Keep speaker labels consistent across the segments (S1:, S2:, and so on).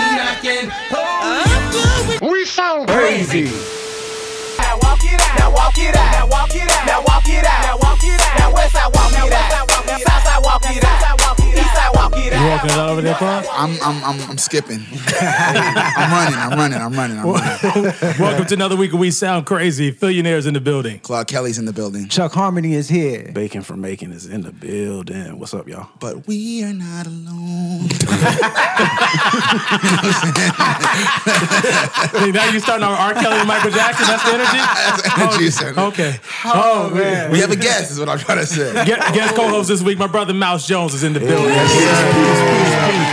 S1: Hey, oh,
S2: we sound crazy.
S3: Now walk it out. Now walk it out. Now walk it out. Now walk it out. Now walk it out. Now west side walk it out. Now south side walk it out. East side walk it out.
S4: You walking all over there, Fonz?
S5: I'm I'm I'm, I'm skipping. I'm running. I'm running. I'm running. I'm running.
S4: Welcome to another week of We Sound Crazy. Billionaires in the building.
S5: Claude Kelly's in the building,
S6: Chuck Harmony is here.
S7: Bacon from Bacon is in the building. What's up, y'all?
S5: but we are not alone.
S4: Hey, now you starting on R. Kelly and Michael Jackson? That's the energy?
S5: energy,
S4: Oh,
S5: sir.
S4: Okay. Oh, man.
S5: We have a guest, is what I'm trying to say.
S4: Guest, guest co-host this week, my brother Mouse Jones is in the building.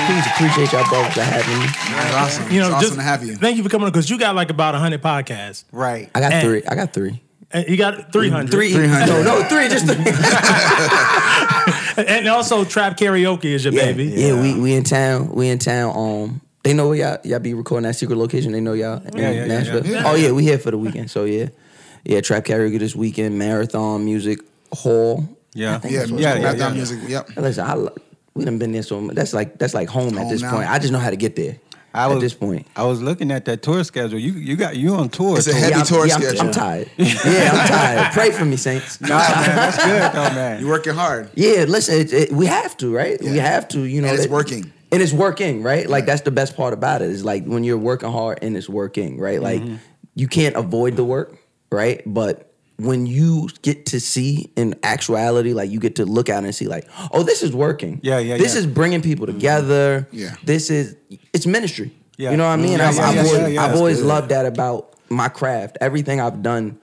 S1: Please appreciate y'all brothers for having me.
S5: That's awesome.
S4: You know,
S5: it's
S4: just
S5: awesome to have you.
S4: Thank you for coming because you got like about hundred podcasts.
S6: Right.
S1: I got
S4: And-
S1: three. I got three.
S4: And you got three hundred.
S1: Three.
S5: 300.
S1: No, no, three. Just three.
S4: And also trap karaoke is your
S1: yeah,
S4: baby.
S1: Yeah, we we in town. We in town. Um, they know where y'all y'all be recording that secret location. They know y'all in
S6: yeah,
S1: Nashville. Oh yeah, we here for the weekend. So yeah, yeah, trap karaoke this weekend. Marathon music hall.
S7: Yeah.
S1: think
S5: Yeah,
S1: that's what
S5: yeah,
S1: it's
S5: yeah,
S1: called.
S5: music. Yep.
S1: Listen, I lo- we done been there so much. That's like that's like home, at
S5: Home
S1: this
S5: now.
S1: point. I just know how to get there.
S7: I
S1: at
S7: was-
S1: this point.
S7: I was looking at that tour schedule. You you got you on tour.
S5: It's a
S7: too.
S5: heavy
S1: I'm-
S5: tour
S1: I'm,
S5: schedule.
S1: I'm tired. Yeah, I'm tired. Pray for me, saints.
S7: Nah, man, that's good though, man.
S5: You're working hard.
S1: Yeah, listen, it, it, we have to, right? We
S5: Yeah.
S1: have to, you know.
S5: And it's
S1: that-
S5: working.
S1: And it's working, right? Like that's the best part about it is like when you're working hard and it's working, right? Like
S7: Mm-hmm.
S1: you can't avoid the work, right? But when you get to see in actuality, like you get to look out and see, like, oh, this is working.
S7: Yeah, yeah,
S1: This
S7: yeah.
S1: is bringing people together.
S5: Mm-hmm. Yeah.
S1: This is it's ministry.
S7: Yeah.
S1: You know what I mean?
S7: Yeah,
S1: I've,
S7: yeah,
S1: I've
S7: yeah,
S1: always,
S7: yeah, yeah.
S1: I've
S7: That's
S1: always
S7: good.
S1: loved that about my craft. Everything I've done,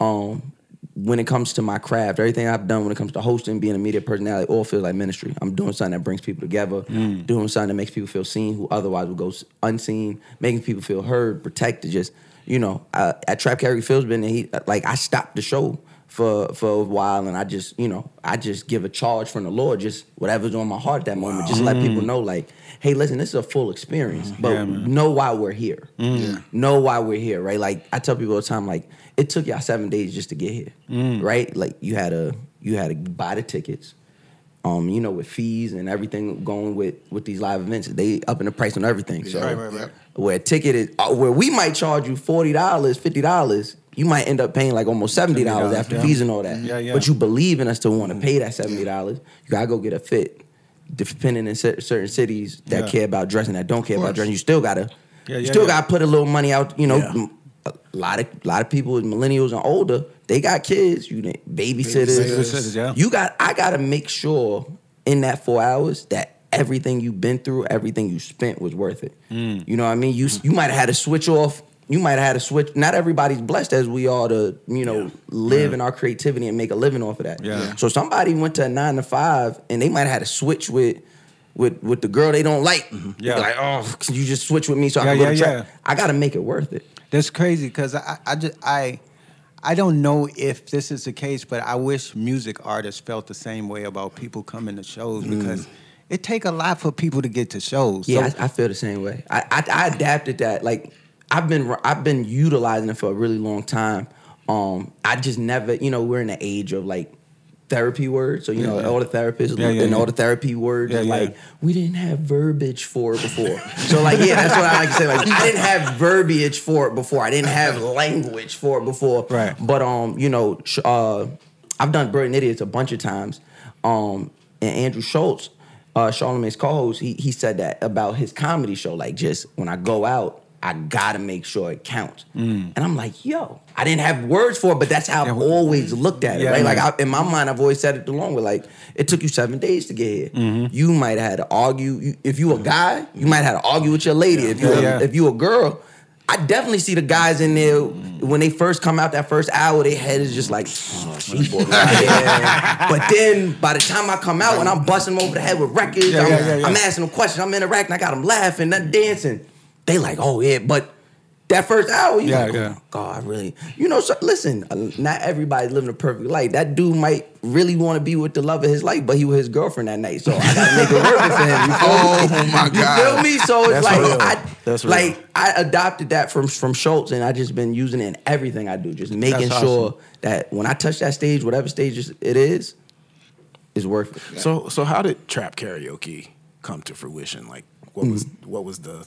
S1: um, when it comes to my craft, everything I've done when it comes to hosting, being a media personality, all feels like ministry. I'm doing something that brings people together,
S7: Mm.
S1: doing something that makes people feel seen who otherwise would go s- unseen, making people feel heard, protected. Just you know, uh, at Trap Carry Fieldsman, he like I stopped the show. For, for a while and I just you know I just give a charge from the Lord just whatever's on my heart that moment just let people know like hey listen this is a full experience but
S7: Mm. Yeah, man. Mm.
S1: know why we're here.
S5: Yeah.
S1: Know why we're here, right? Like I tell people all the time, like it took y'all seven days just to get here,
S7: Mm.
S1: right? Like you had to you had to buy the tickets, um, you know, with fees and everything going with with these live events, they upping the price on everything. So
S7: Right, right, right.
S1: where a ticket is uh, where we might charge you forty dollars, fifty dollars. You might end up paying like almost seventy dollars
S7: $70,
S1: after
S7: yeah.
S1: fees and all that.
S7: Yeah, yeah.
S1: But you believe in us to want to pay that seventy dollars. You gotta go get a fit. Depending in cer- certain cities that
S7: Yeah.
S1: care about dressing, that don't care about
S5: course.
S1: dressing, you still gotta
S7: Yeah,
S1: you
S7: yeah,
S1: still
S7: yeah.
S1: got to put a little money out. You know,
S4: Yeah.
S1: m- a lot of lot of people, millennials and older, they got kids. You need babysitters.
S7: Babysitters, yeah.
S1: You got. I got to make sure in that four hours that everything you've been through, everything you spent was worth it.
S7: Mm.
S1: You know what I mean? You s you might have had to switch off. You might have had to switch. Not everybody's blessed as we are to, you know, live in our creativity and make a living off of that.
S7: Yeah.
S1: So somebody went to a nine to five and they might have had to switch with with with the girl they don't like.
S7: Mm-hmm. Yeah.
S1: Like, oh, can you just switch with me so I
S7: Yeah,
S1: can go
S7: yeah,
S1: to track?
S7: yeah.
S1: I gotta make it worth it.
S7: That's crazy because I, I just I I don't know if this is the case, but I wish music artists felt the same way about people coming to shows
S5: Mm.
S7: because it take a lot for people to get to shows.
S1: Yeah,
S7: so,
S1: I, I feel the same way. I, I I adapted that. Like I've been I've been utilizing it for a really long time. Um, I just never, you know, we're in the age of like therapy words. So you know,
S7: Yeah.
S1: all the therapists
S7: Yeah, yeah,
S1: and all
S7: yeah.
S1: the therapy words
S7: Yeah,
S1: is
S7: yeah.
S1: like we didn't have verbiage for it before. so like, yeah, that's what I like to say. Like I didn't have verbiage for it before. I didn't have language for it before.
S7: Right.
S1: But um, you know, sh- uh, I've done Brilliant Idiots a bunch of times. Um, and Andrew Schultz, uh, Charlamagne's co-host, he he said that about his comedy show. Like, just when I go out, I gotta make sure it counts.
S7: Mm.
S1: And I'm like, yo, I didn't have words for it, but that's how I've
S7: wh-
S1: always looked at it.
S7: Yeah,
S1: right? Like,
S7: yeah.
S1: I, in my mind, I've always said it along with like, it took you seven days to get here.
S7: Mm-hmm.
S1: You might have had to argue. You, if you a guy, you might have had to argue with your lady. If you
S7: Yeah,
S1: a-
S7: yeah.
S1: if you a girl, I definitely see the guys in there when they first come out that first hour, their head is just like, "Oh, she bored right here." but then by the time I come out and I'm busting them over the head with records,
S7: Yeah,
S1: I'm,
S7: yeah, yeah, yeah.
S1: I'm asking them questions, I'm interacting, I got them laughing, they're dancing. They like, oh yeah, but that first hour, you
S7: Yeah,
S1: like,
S7: yeah.
S1: oh my God, really? You know, so listen, uh, not everybody's living a perfect life. That dude might really want to be with the love of his life, but he with his girlfriend that night, so I gotta make it work for him. You feel me?
S5: Oh my
S1: You feel
S5: God.
S1: me? So it's
S7: That's
S1: like
S7: real.
S1: I
S7: That's real.
S1: like I adopted that from from Schultz, and I just been using it in everything I do, just making
S7: That's awesome.
S1: sure that when I touch that stage, whatever stage is- it is, is worth it.
S8: So so how did trap karaoke come to fruition? Like what was what was the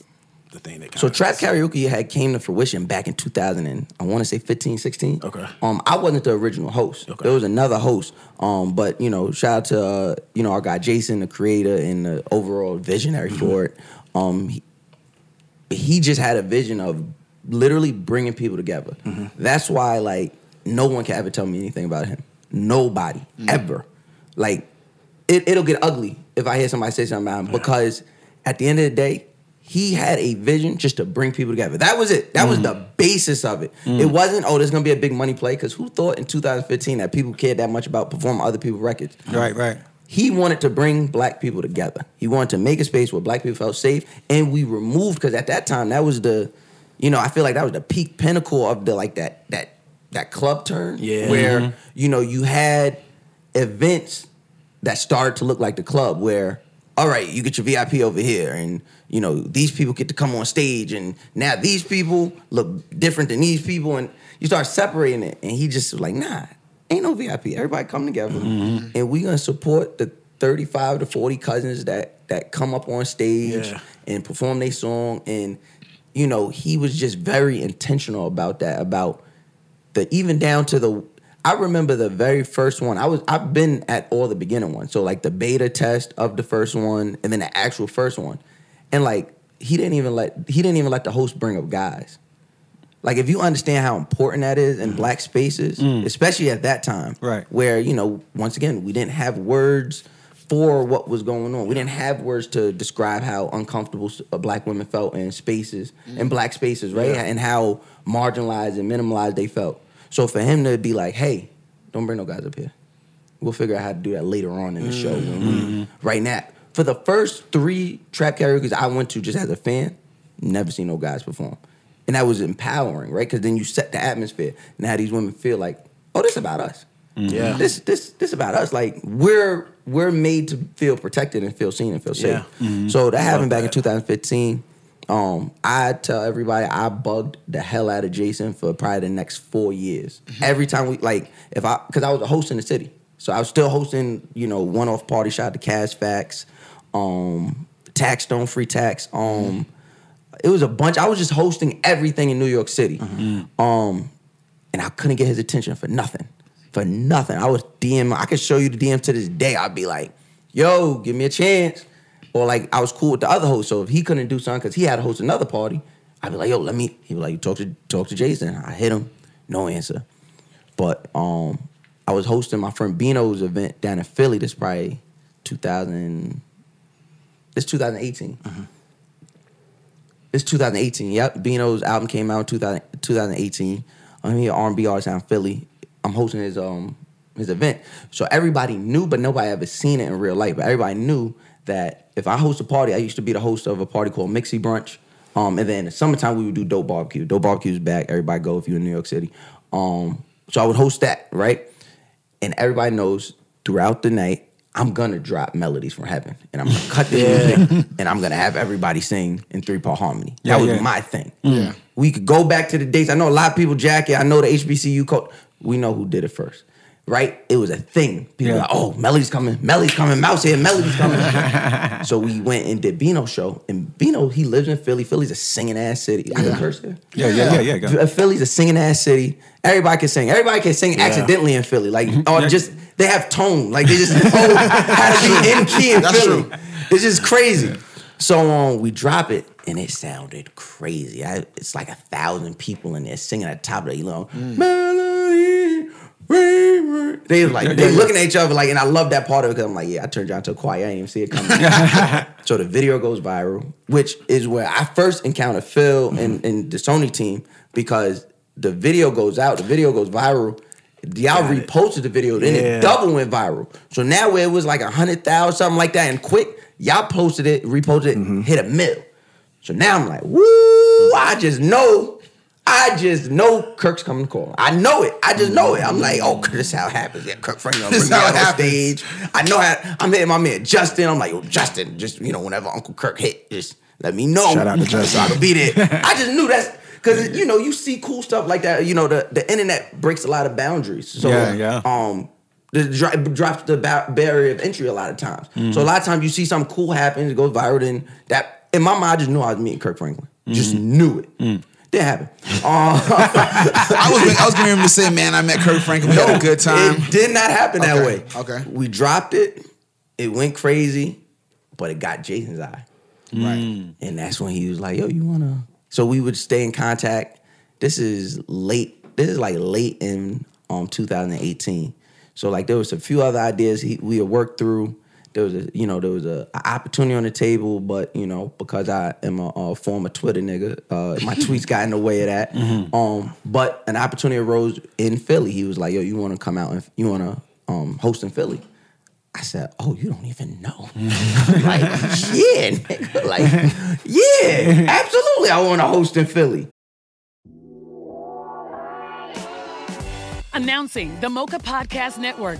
S2: the thing that kind
S1: So trap karaoke had came to fruition back in 2000 and I want to say 15, 16.
S2: Okay.
S1: Um, I wasn't the original host.
S2: Okay.
S1: There was another host. Um, but you know, shout out to uh, you know our guy Jason, the creator and the overall visionary
S2: Mm-hmm.
S1: for it. Um, he, he just had a vision of literally bringing people together.
S2: Mm-hmm.
S1: That's why like no one can ever tell me anything about him. Nobody
S2: Mm.
S1: ever. Like it, it'll get ugly if I hear somebody say something about him because at the end of the day, he had a vision just to bring people together. That was it. That was the basis of it. It wasn't, oh, there's gonna be a big money play, because who thought in 2015 that people cared that much about performing other people's records?
S7: Right, right.
S1: He wanted to bring black people together. He wanted to make a space where black people felt safe, and we removed because at that time that was the, you know, I feel like that was the peak pinnacle of the like that that that club turn.
S2: Yeah.
S1: Where you know you had events that started to look like the club where. All right, you get your VIP over here, and you know these people get to come on stage, and now these people look different than these people, and you start separating it. And he just was like, "Nah, ain't no VIP. Everybody come together, and we gonna support the 35 to 40 cousins that that come up on stage
S2: Yeah.
S1: and perform their song. And you know, he was just very intentional about that. About the even down to the. I remember the very first one. I was I've been at all the beginning one. So like the beta test of the first one, and then the actual first one, and like he didn't even let he didn't even let the host bring up guys. Like if you understand how important that is in black spaces, especially at that time,
S7: Right.
S1: Where you know, once again, we didn't have words for what was going on. We didn't have words to describe how uncomfortable s- uh, black women felt in spaces, in black spaces, right? And how marginalized and minimalized they felt. So for him to be like, "Hey, don't bring no guys up here." We'll figure out how to do that later on in the show. When we, right now, for the first three trap karaoke's I went to just as a fan, never seen no guys perform, and that was empowering, right? Because then you set the atmosphere. Now these women feel like, oh, this about us.
S2: Yeah.
S1: this this this about us. Like we're we're made to feel protected and feel seen and feel safe.
S2: Yeah.
S1: So that happened back in
S2: that.
S1: 2015. Um, I tell everybody I bugged the hell out of Jason for probably the next four years. Every time we like, if I because I was a host in the city, so I was still hosting, you know, one off party. Shout out to Cash Facts, um, Tax Don't Free Tax. Um, it was a bunch. I was just hosting everything in New York City. Um, and I couldn't get his attention for nothing. For nothing. I was DM, I could show you the DM to this day. I'd be like, yo, give me a chance. Or like I was cool with the other host. So if he couldn't do something, because he had to host another party, I'd be like, yo, let me. He was like, talk to talk to Jason. I hit him, no answer. But um, I was hosting my friend Bino's event down in Philly. This probably 2000. This 2018. It's 2018. Yep, Bino's album came out in 2000, 2018. I'm here at R&B artist out in Philly. I'm hosting his um his event, so everybody knew, but nobody ever seen it in real life. But everybody knew that if I host a party, I used to be the host of a party called Mixie Brunch. Um, and then in the summertime we would do Dope Barbecue. Dope Barbecue's back. Everybody go if you're in New York City. Um, so I would host that, right? And everybody knows throughout the night, I'm gonna drop melodies from heaven, and I'm gonna cut the music, and I'm gonna have everybody sing in three part harmony. That
S7: Yeah,
S1: was
S7: yeah.
S1: my thing. Yeah, we could go back to the dates. I know a lot of people jack it. I know the HBCU code. We know who did it first, right? It was a thing. People were
S7: Yeah.
S1: like, oh, melody's coming, melody's coming, mouse here, melody's coming. so we went and did Bino's show, and Bino he lives in Philly. Philly's a singing ass city. I can curse here.
S7: Yeah, yeah, yeah, yeah. go.
S1: Philly's a singing ass city. Everybody can sing. Everybody can sing accidentally in Philly. Like
S5: Mm-hmm.
S1: or just they have tone. Like they just know how to be in key in
S5: That's
S1: Philly.
S5: true.
S1: It's just crazy. So um, we drop it and it sounded crazy. I, it's like a thousand people in there singing at the top of the long
S5: Mm.
S1: melody. we were-" They was like they looking at each other like, and I love that part of it because I'm like, yeah, I turned y'all into a choir. I didn't even see it coming. So the video goes viral, which is where I first encountered Phil and, and the Sony team because the video goes out, the video goes viral. Y'all reposted the video, then
S2: Yeah.
S1: it double went viral. So now where it was like a hundred thousand, something like that, and quick, y'all posted it, reposted it, hit a mill. So now I'm like, woo! I just know, I just know Kirk's coming to call. I know it. I just know it. I'm like, oh, this is how it happens. Yeah, Kirk Franklin bring
S5: This is
S1: me
S5: how
S1: out
S5: it
S1: on
S5: happens.
S1: stage. I know how I'm hitting my man Justin. I'm like, yo, Justin, just you know, whenever Uncle Kirk hit, just let me know.
S2: Shout out to Justin.
S1: So I could be there. I just knew that's because you know, you see cool stuff like that. You know, the, the internet breaks a lot of boundaries. So
S7: Yeah, yeah.
S1: um the dri- drops the ba- barrier of entry a lot of
S5: Mm-hmm.
S1: times. So a lot of times you see something cool happen, it goes viral, and that in my mind I just knew I was meeting Kirk Franklin. Just
S5: Mm-hmm.
S1: knew it.
S5: Mm.
S1: Didn't happen. Uh,
S5: I was I was getting ready to say, man, I met Kirk Franklin. We had a good time.
S1: Um, It did not happen that
S5: Okay,
S1: way.
S5: okay.
S1: We dropped it. It went crazy, but it got Jason's eye.
S5: Right.
S1: Mm. And that's when he was like, yo, you wanna. So we would stay in contact. This is late. This is like late in um 2018. So like there was a few other ideas he, we had worked through. There was a you know there was a, a opportunity on the table, but you know because I am a, uh former Twitter nigga, uh, my tweets got in the way of that. Um, but an opportunity arose in Philly. He was like, "Yo, you want to come out and you want to um, host in Philly?" I said, "Oh, you don't even know." like, yeah, nigga. like, yeah, absolutely. I want to host in Philly.
S2: Announcing the Mocha Podcast Network,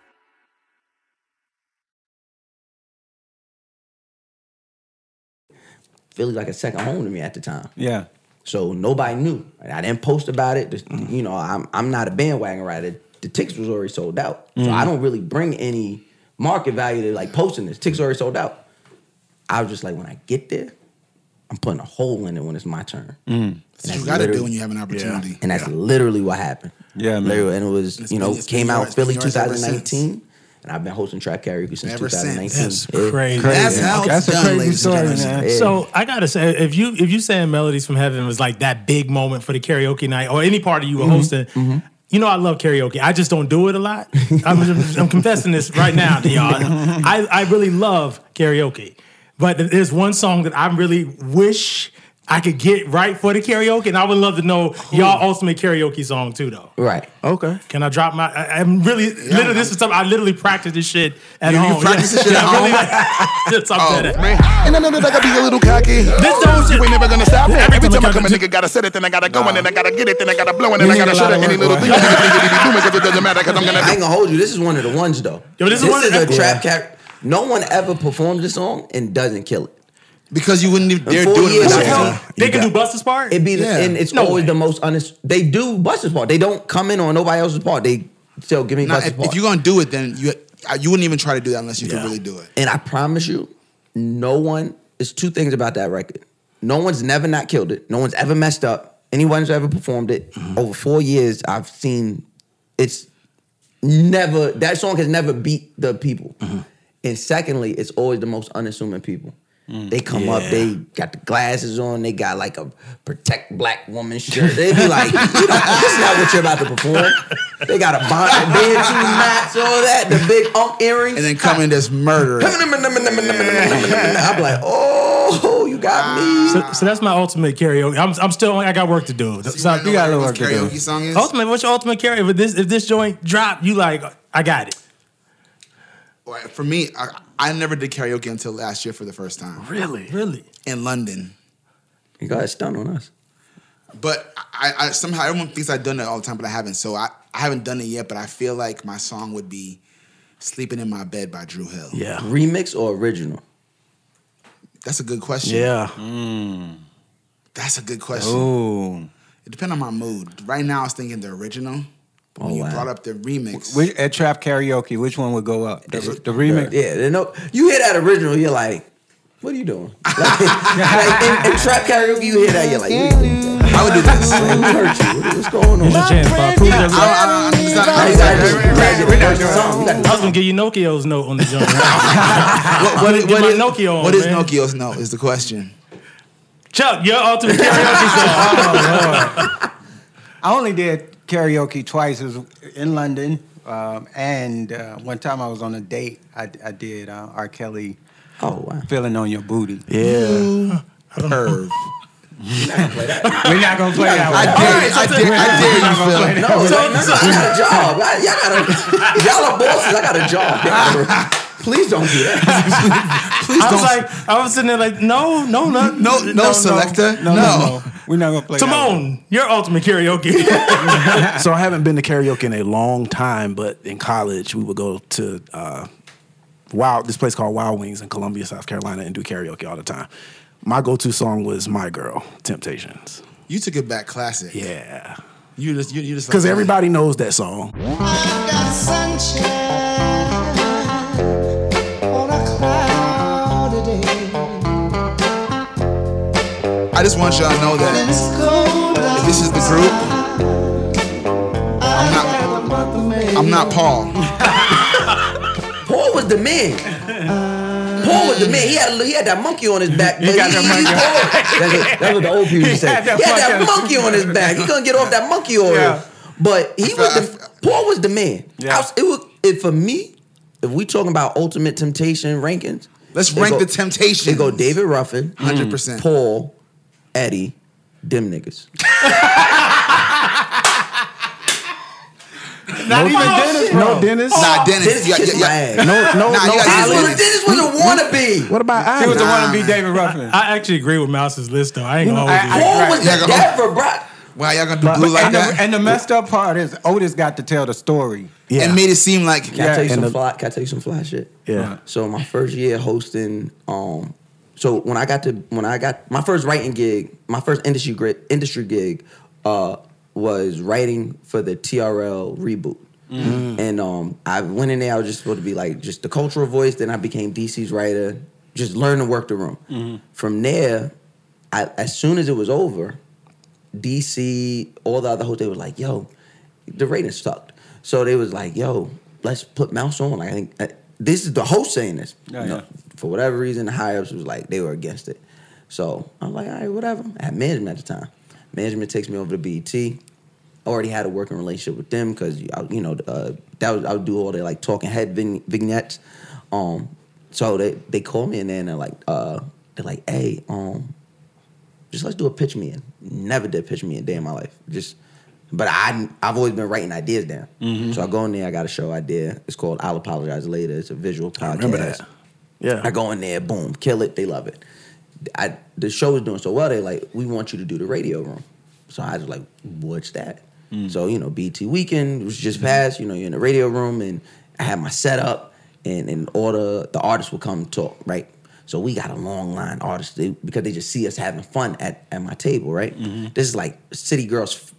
S1: Philly's like a second home to me at the time.
S7: Yeah.
S1: So nobody knew. And I didn't post about it. Just,
S5: Mm.
S1: You know, I'm I'm not a bandwagon rider. The tickets was already sold out.
S5: Mm.
S1: So I don't really bring any market value to like posting this. Tickets already sold out. I was just like, when I get there, I'm putting a hole in it when it's my turn. And
S5: That's
S1: that's
S5: Mm. what you gotta
S1: literally-
S5: do when you have an opportunity.
S1: And that's literally what happened.
S7: Yeah, man.
S1: Literally, and it was
S5: It's
S1: you know
S5: been- it's been
S1: came out
S5: yours-
S1: Philly
S5: been yours ever
S1: 2019, and I've been hosting trap karaoke since
S5: Ever since.
S1: 2019.
S4: That's
S1: Yeah.
S4: crazy.
S5: That's how
S7: That's
S5: it's
S7: a
S5: done,
S7: crazy
S5: ladies and
S7: story,
S5: gentlemen.
S7: man.
S4: So I gotta say, if you if you saying Melodies from Heaven was like that big moment for the karaoke night or any party you were hosting, you know I love karaoke. I just don't do it a lot. I'm, just- I'm confessing this right now to y'all. I, I really love karaoke, but there's one song that I really wish I could get right for the karaoke, and I would love to know y'all ultimate karaoke song too, though.
S1: Right.
S9: Okay.
S4: Can I drop my? I, I'm really literally. This is something I literally practice this shit at
S5: You- you
S4: home.
S5: practice this shit at
S4: I'm Really, like, yes, I'm
S9: Oh,
S4: good at it.
S9: man. And I know that I gotta be a little cocky.
S4: This don't
S9: You
S4: shit-
S9: ain't never gonna stop it.
S4: Every
S9: Every
S4: time
S9: time
S4: I
S9: I come, a
S4: come to-
S9: nigga gotta set it, then I gotta go, and then I gotta get it, then I gotta blow, and
S7: You
S9: then I
S7: need
S9: gotta
S7: a
S9: shut
S7: lot
S9: it.
S7: of
S9: Any
S7: work,
S9: little
S7: boy.
S9: thing you think you be doing, 'cause it doesn't matter, because I'm gonna
S1: I
S9: do
S1: ain't gonna hold you. This is one of the ones though.
S4: Yo, this is one of
S1: a
S4: the-
S1: trap car. No one ever performed this song and doesn't kill it.
S5: Because you wouldn't even dare
S1: four
S5: do it
S1: years
S5: unless
S1: ago-
S5: you-
S1: Yeah.
S4: They
S5: you
S4: can
S5: got-
S4: do Buster's part.
S1: It'd be the,
S5: Yeah.
S1: and it's
S4: No
S1: always
S4: way.
S1: the most honest. They do Buster's part. They don't come in on nobody else's part. They still give me
S5: Nah,
S1: Buster's
S5: if,
S1: part.
S5: if you're gonna do it, then you uh, you wouldn't even try to do that unless you could really do it.
S1: and I promise you, no one. There's two things about that record. No one's never not killed it. No one's ever messed up. Anyone's ever performed it.
S5: Mm-hmm.
S1: Over four years, I've seen it's never that song has never beat the people.
S5: Mm-hmm.
S1: And secondly, it's always the most unassuming people.
S5: Mm,
S1: They come up, they got the glasses on, they got like a protect black woman shirt. They be like, you know, this is not what you're about to perform. They got a bonnet, band, two knots, all that, the big unk earrings.
S5: And then come in as murderer.
S1: I'm like, oh, you got me.
S4: So, so that's my ultimate karaoke. I'm, I'm still. I got work to do. So,
S5: I know
S7: you gotta
S5: what
S7: work it
S5: karaoke
S7: out.
S5: song is.
S4: ultimate. What's your ultimate karaoke? If this if this joint drop, you like. I got it.
S5: or for me, I, I never did karaoke until last year for the first time.
S4: Really? Really?
S5: In London.
S1: You got stunned on us.
S5: But I, I somehow everyone thinks I've done it all the time, but I haven't. So I, I haven't done it yet, but I feel like my song would be Sleeping in My Bed by Drew Hill.
S4: Yeah.
S1: Remix or original?
S5: That's a good question. Mm.
S4: Yeah.
S5: That's a good question.
S7: Ooh.
S5: It depends on my mood. Right now I was thinking the original. But when
S1: Oh,
S5: you
S1: wow.
S5: brought up the remix.
S7: Which, at Trap Karaoke, which one would go up? The, the remix?
S1: Yeah, they know you hear that original, you're like, what are you doing? Like, like, in, in trap karaoke, you hear that, you're like, what are you doing?
S5: I would do this.
S1: Like, who hurt you? What- what's going on?
S4: Here's your chance, Bob. Prove that wrong.
S5: I, I, I'm just not,
S1: Now
S5: I'm
S1: you gotta
S5: just not,
S1: do- you gotta do the first song. You gotta-
S4: I was gonna give you Nokio's note on the jump.
S5: what,
S4: I'm gonna get my Nokia on,
S5: Ah. what is
S4: man.
S5: Nokio's note is the question.
S4: Chuck, your ultimate karaoke song.
S7: I only did karaoke twice. It was in London. Um, and uh, one time I was on a date. I, I did uh, R. Kelly
S1: Oh, wow.
S7: feeling on your booty.
S4: Yeah.
S7: We're
S5: Perv.
S7: not gonna play that
S5: I
S7: one.
S5: dare, I dare, I dare you, Phil.
S1: No, so, no, no, I got a job. I, y'all, got a, y'all are bosses. I got a job. Y'all- Please don't do that.
S5: Please
S4: I was
S5: don't.
S4: like, I was sitting there like, no, no, no,
S5: no, no, selector. No.
S7: We're not gonna play that one.
S4: Timon, your ultimate karaoke.
S10: so I haven't been to karaoke in a long time, but in college we would go to uh, Wild, this place called Wild Wings in Columbia, South Carolina, and do karaoke all the time. My go-to song was "My Girl," Temptations.
S5: You took it back classic.
S10: Yeah,
S5: You just, you, you just.
S10: because everybody knows that song.
S5: I just want y'all to know that if this is the group. I'm not. I'm not Paul.
S1: Paul was the man. Paul was the man. He had a, he had that monkey on his back. But he
S7: got that monkey.
S1: That's what, that's what the old people used to say. He
S7: had
S1: had
S7: that
S1: that
S7: fucking-
S1: monkey on his back. He couldn't get off that monkey oil.
S7: Yeah.
S1: But he was the Paul was the man.
S7: Yeah.
S1: I was- it was it for me. If we talking about ultimate temptation rankings,
S5: Let's
S1: it
S5: rank
S1: go-
S5: the Temptations. Mm.
S1: It go David Ruffin,
S5: Hundred percent.
S1: Paul, Eddie, them niggas.
S10: Not even Dennis. No Dennis.
S5: Nah,
S1: Dennis
S5: Dennis. you got-
S1: kissed
S5: you got-
S1: my ass.
S10: No, no, no.
S5: Nah, you
S1: Dennis
S5: got
S10: Island.
S1: was, Dennis was a wannabe.
S10: What about I?
S7: He was the one to
S5: Nah.
S7: be David Ruffin.
S4: I actually agree with Mouse's list though. I ain't gonna
S7: know,
S4: hold you.
S7: I-
S1: Paul was
S5: Yeah,
S1: the
S5: go-
S1: Denver, bro.
S5: Wow, y'all gonna do blue like
S7: and,
S5: that?
S7: the, and the messed up part is Otis got to tell the story.
S10: Yeah.
S5: and made it seem like
S1: Can I tell you
S10: and
S1: some
S10: the-
S1: fly? Can I tell you some fly shit?
S10: Yeah.
S1: So my first year hosting, um, so when I got to when I got my first writing gig, my first industry gri- industry gig, uh, was writing for the TRL reboot.
S10: Mm.
S1: And um, I went in there. I was just supposed to be like just the cultural voice. Then I became DC's writer. Just learn to work the room. From there, I, as soon as it was over, DC, all the other hosts, they was like, yo, the ratings sucked. So they was like, yo, let's put Mouse on. Like, I think uh, this is the host saying this.
S7: Yeah, yeah.
S1: For whatever reason, the higher ups was like, they were against it. So I'm like, all right, whatever. I had management at the time. Management takes me over to E BET. I already had a working relationship with them because you know uh, that was I would do all the like talking head vign- vignettes. Um, so they they call me and then they're like uh, they're like, hey, um, just let's do a pitch me in. Never did pitch me in a day in my life. Just, but I I've always been writing ideas down.
S10: Mm-hmm.
S1: So I go in there, I got a show idea. It's called I'll Apologize Later. It's a visual podcast. I
S10: remember that. Yeah.
S1: I go in there, boom, kill it. They love it. I the show is doing so well. They like we want you to do the radio room. So I was like, what's that? So you know, BT Weekend was just passed. You know, you're in the radio room, and I had my setup, and and all the the artists would come talk, right? So we got a long line of artists they, because they just see us having fun at at my table, right? This is like City Girls.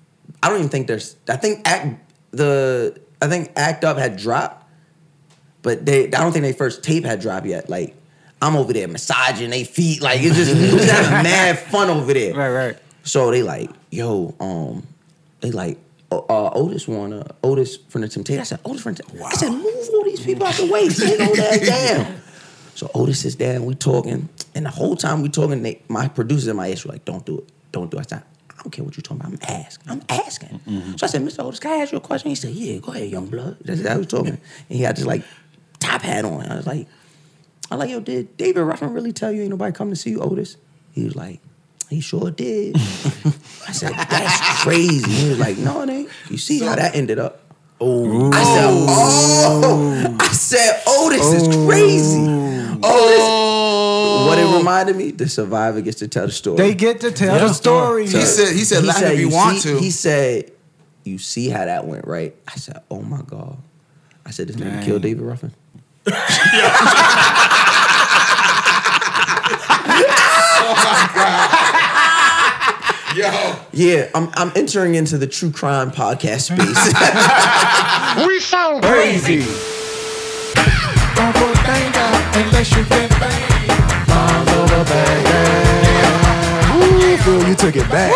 S1: I don't even think there's. I think act the. I think Act Up had dropped but they I don't think they first tape had dropped yet. Like I'm over there massaging they feet, like it's just, we just having mad fun over there.
S7: Right, right.
S1: So they like, yo, um, they like uh, uh, Otis wanna Otis from the Temptations. I said Otis from the Temptations. I said move all these people out the way, sit on that down. So Otis is there and we talking, and the whole time we talking, they, my producers and my ass were like, don't do it, don't do it. I said, I don't care what you're talking about. I'm asking. I'm asking. So I said, Mr. Otis, can I ask you a question? He said, Yeah, go ahead, young blood. That's how he was talking. And he had this like top hat on. I was like, I like, yo, did David Ruffin really tell you ain't nobody come to see you, Otis? He was like, he sure did. I said, that's crazy. He was like, no, it ain't. You see how that ended up. I said, oh, I said, oh, this is crazy. Oh, this- what it reminded me, the survivor gets to tell the story.
S7: They get to tell the story.
S1: So-
S5: said, "Laugh if you want
S1: see-
S5: to."
S1: He said, you see how that went, right? I said, oh my God. I said, this nigga
S7: Dang.
S1: killed David Ruffin.
S5: Yo.
S1: Yeah, I'm, I'm entering into the true crime podcast space.
S3: We sound
S1: crazy.
S10: Phil, you took it back.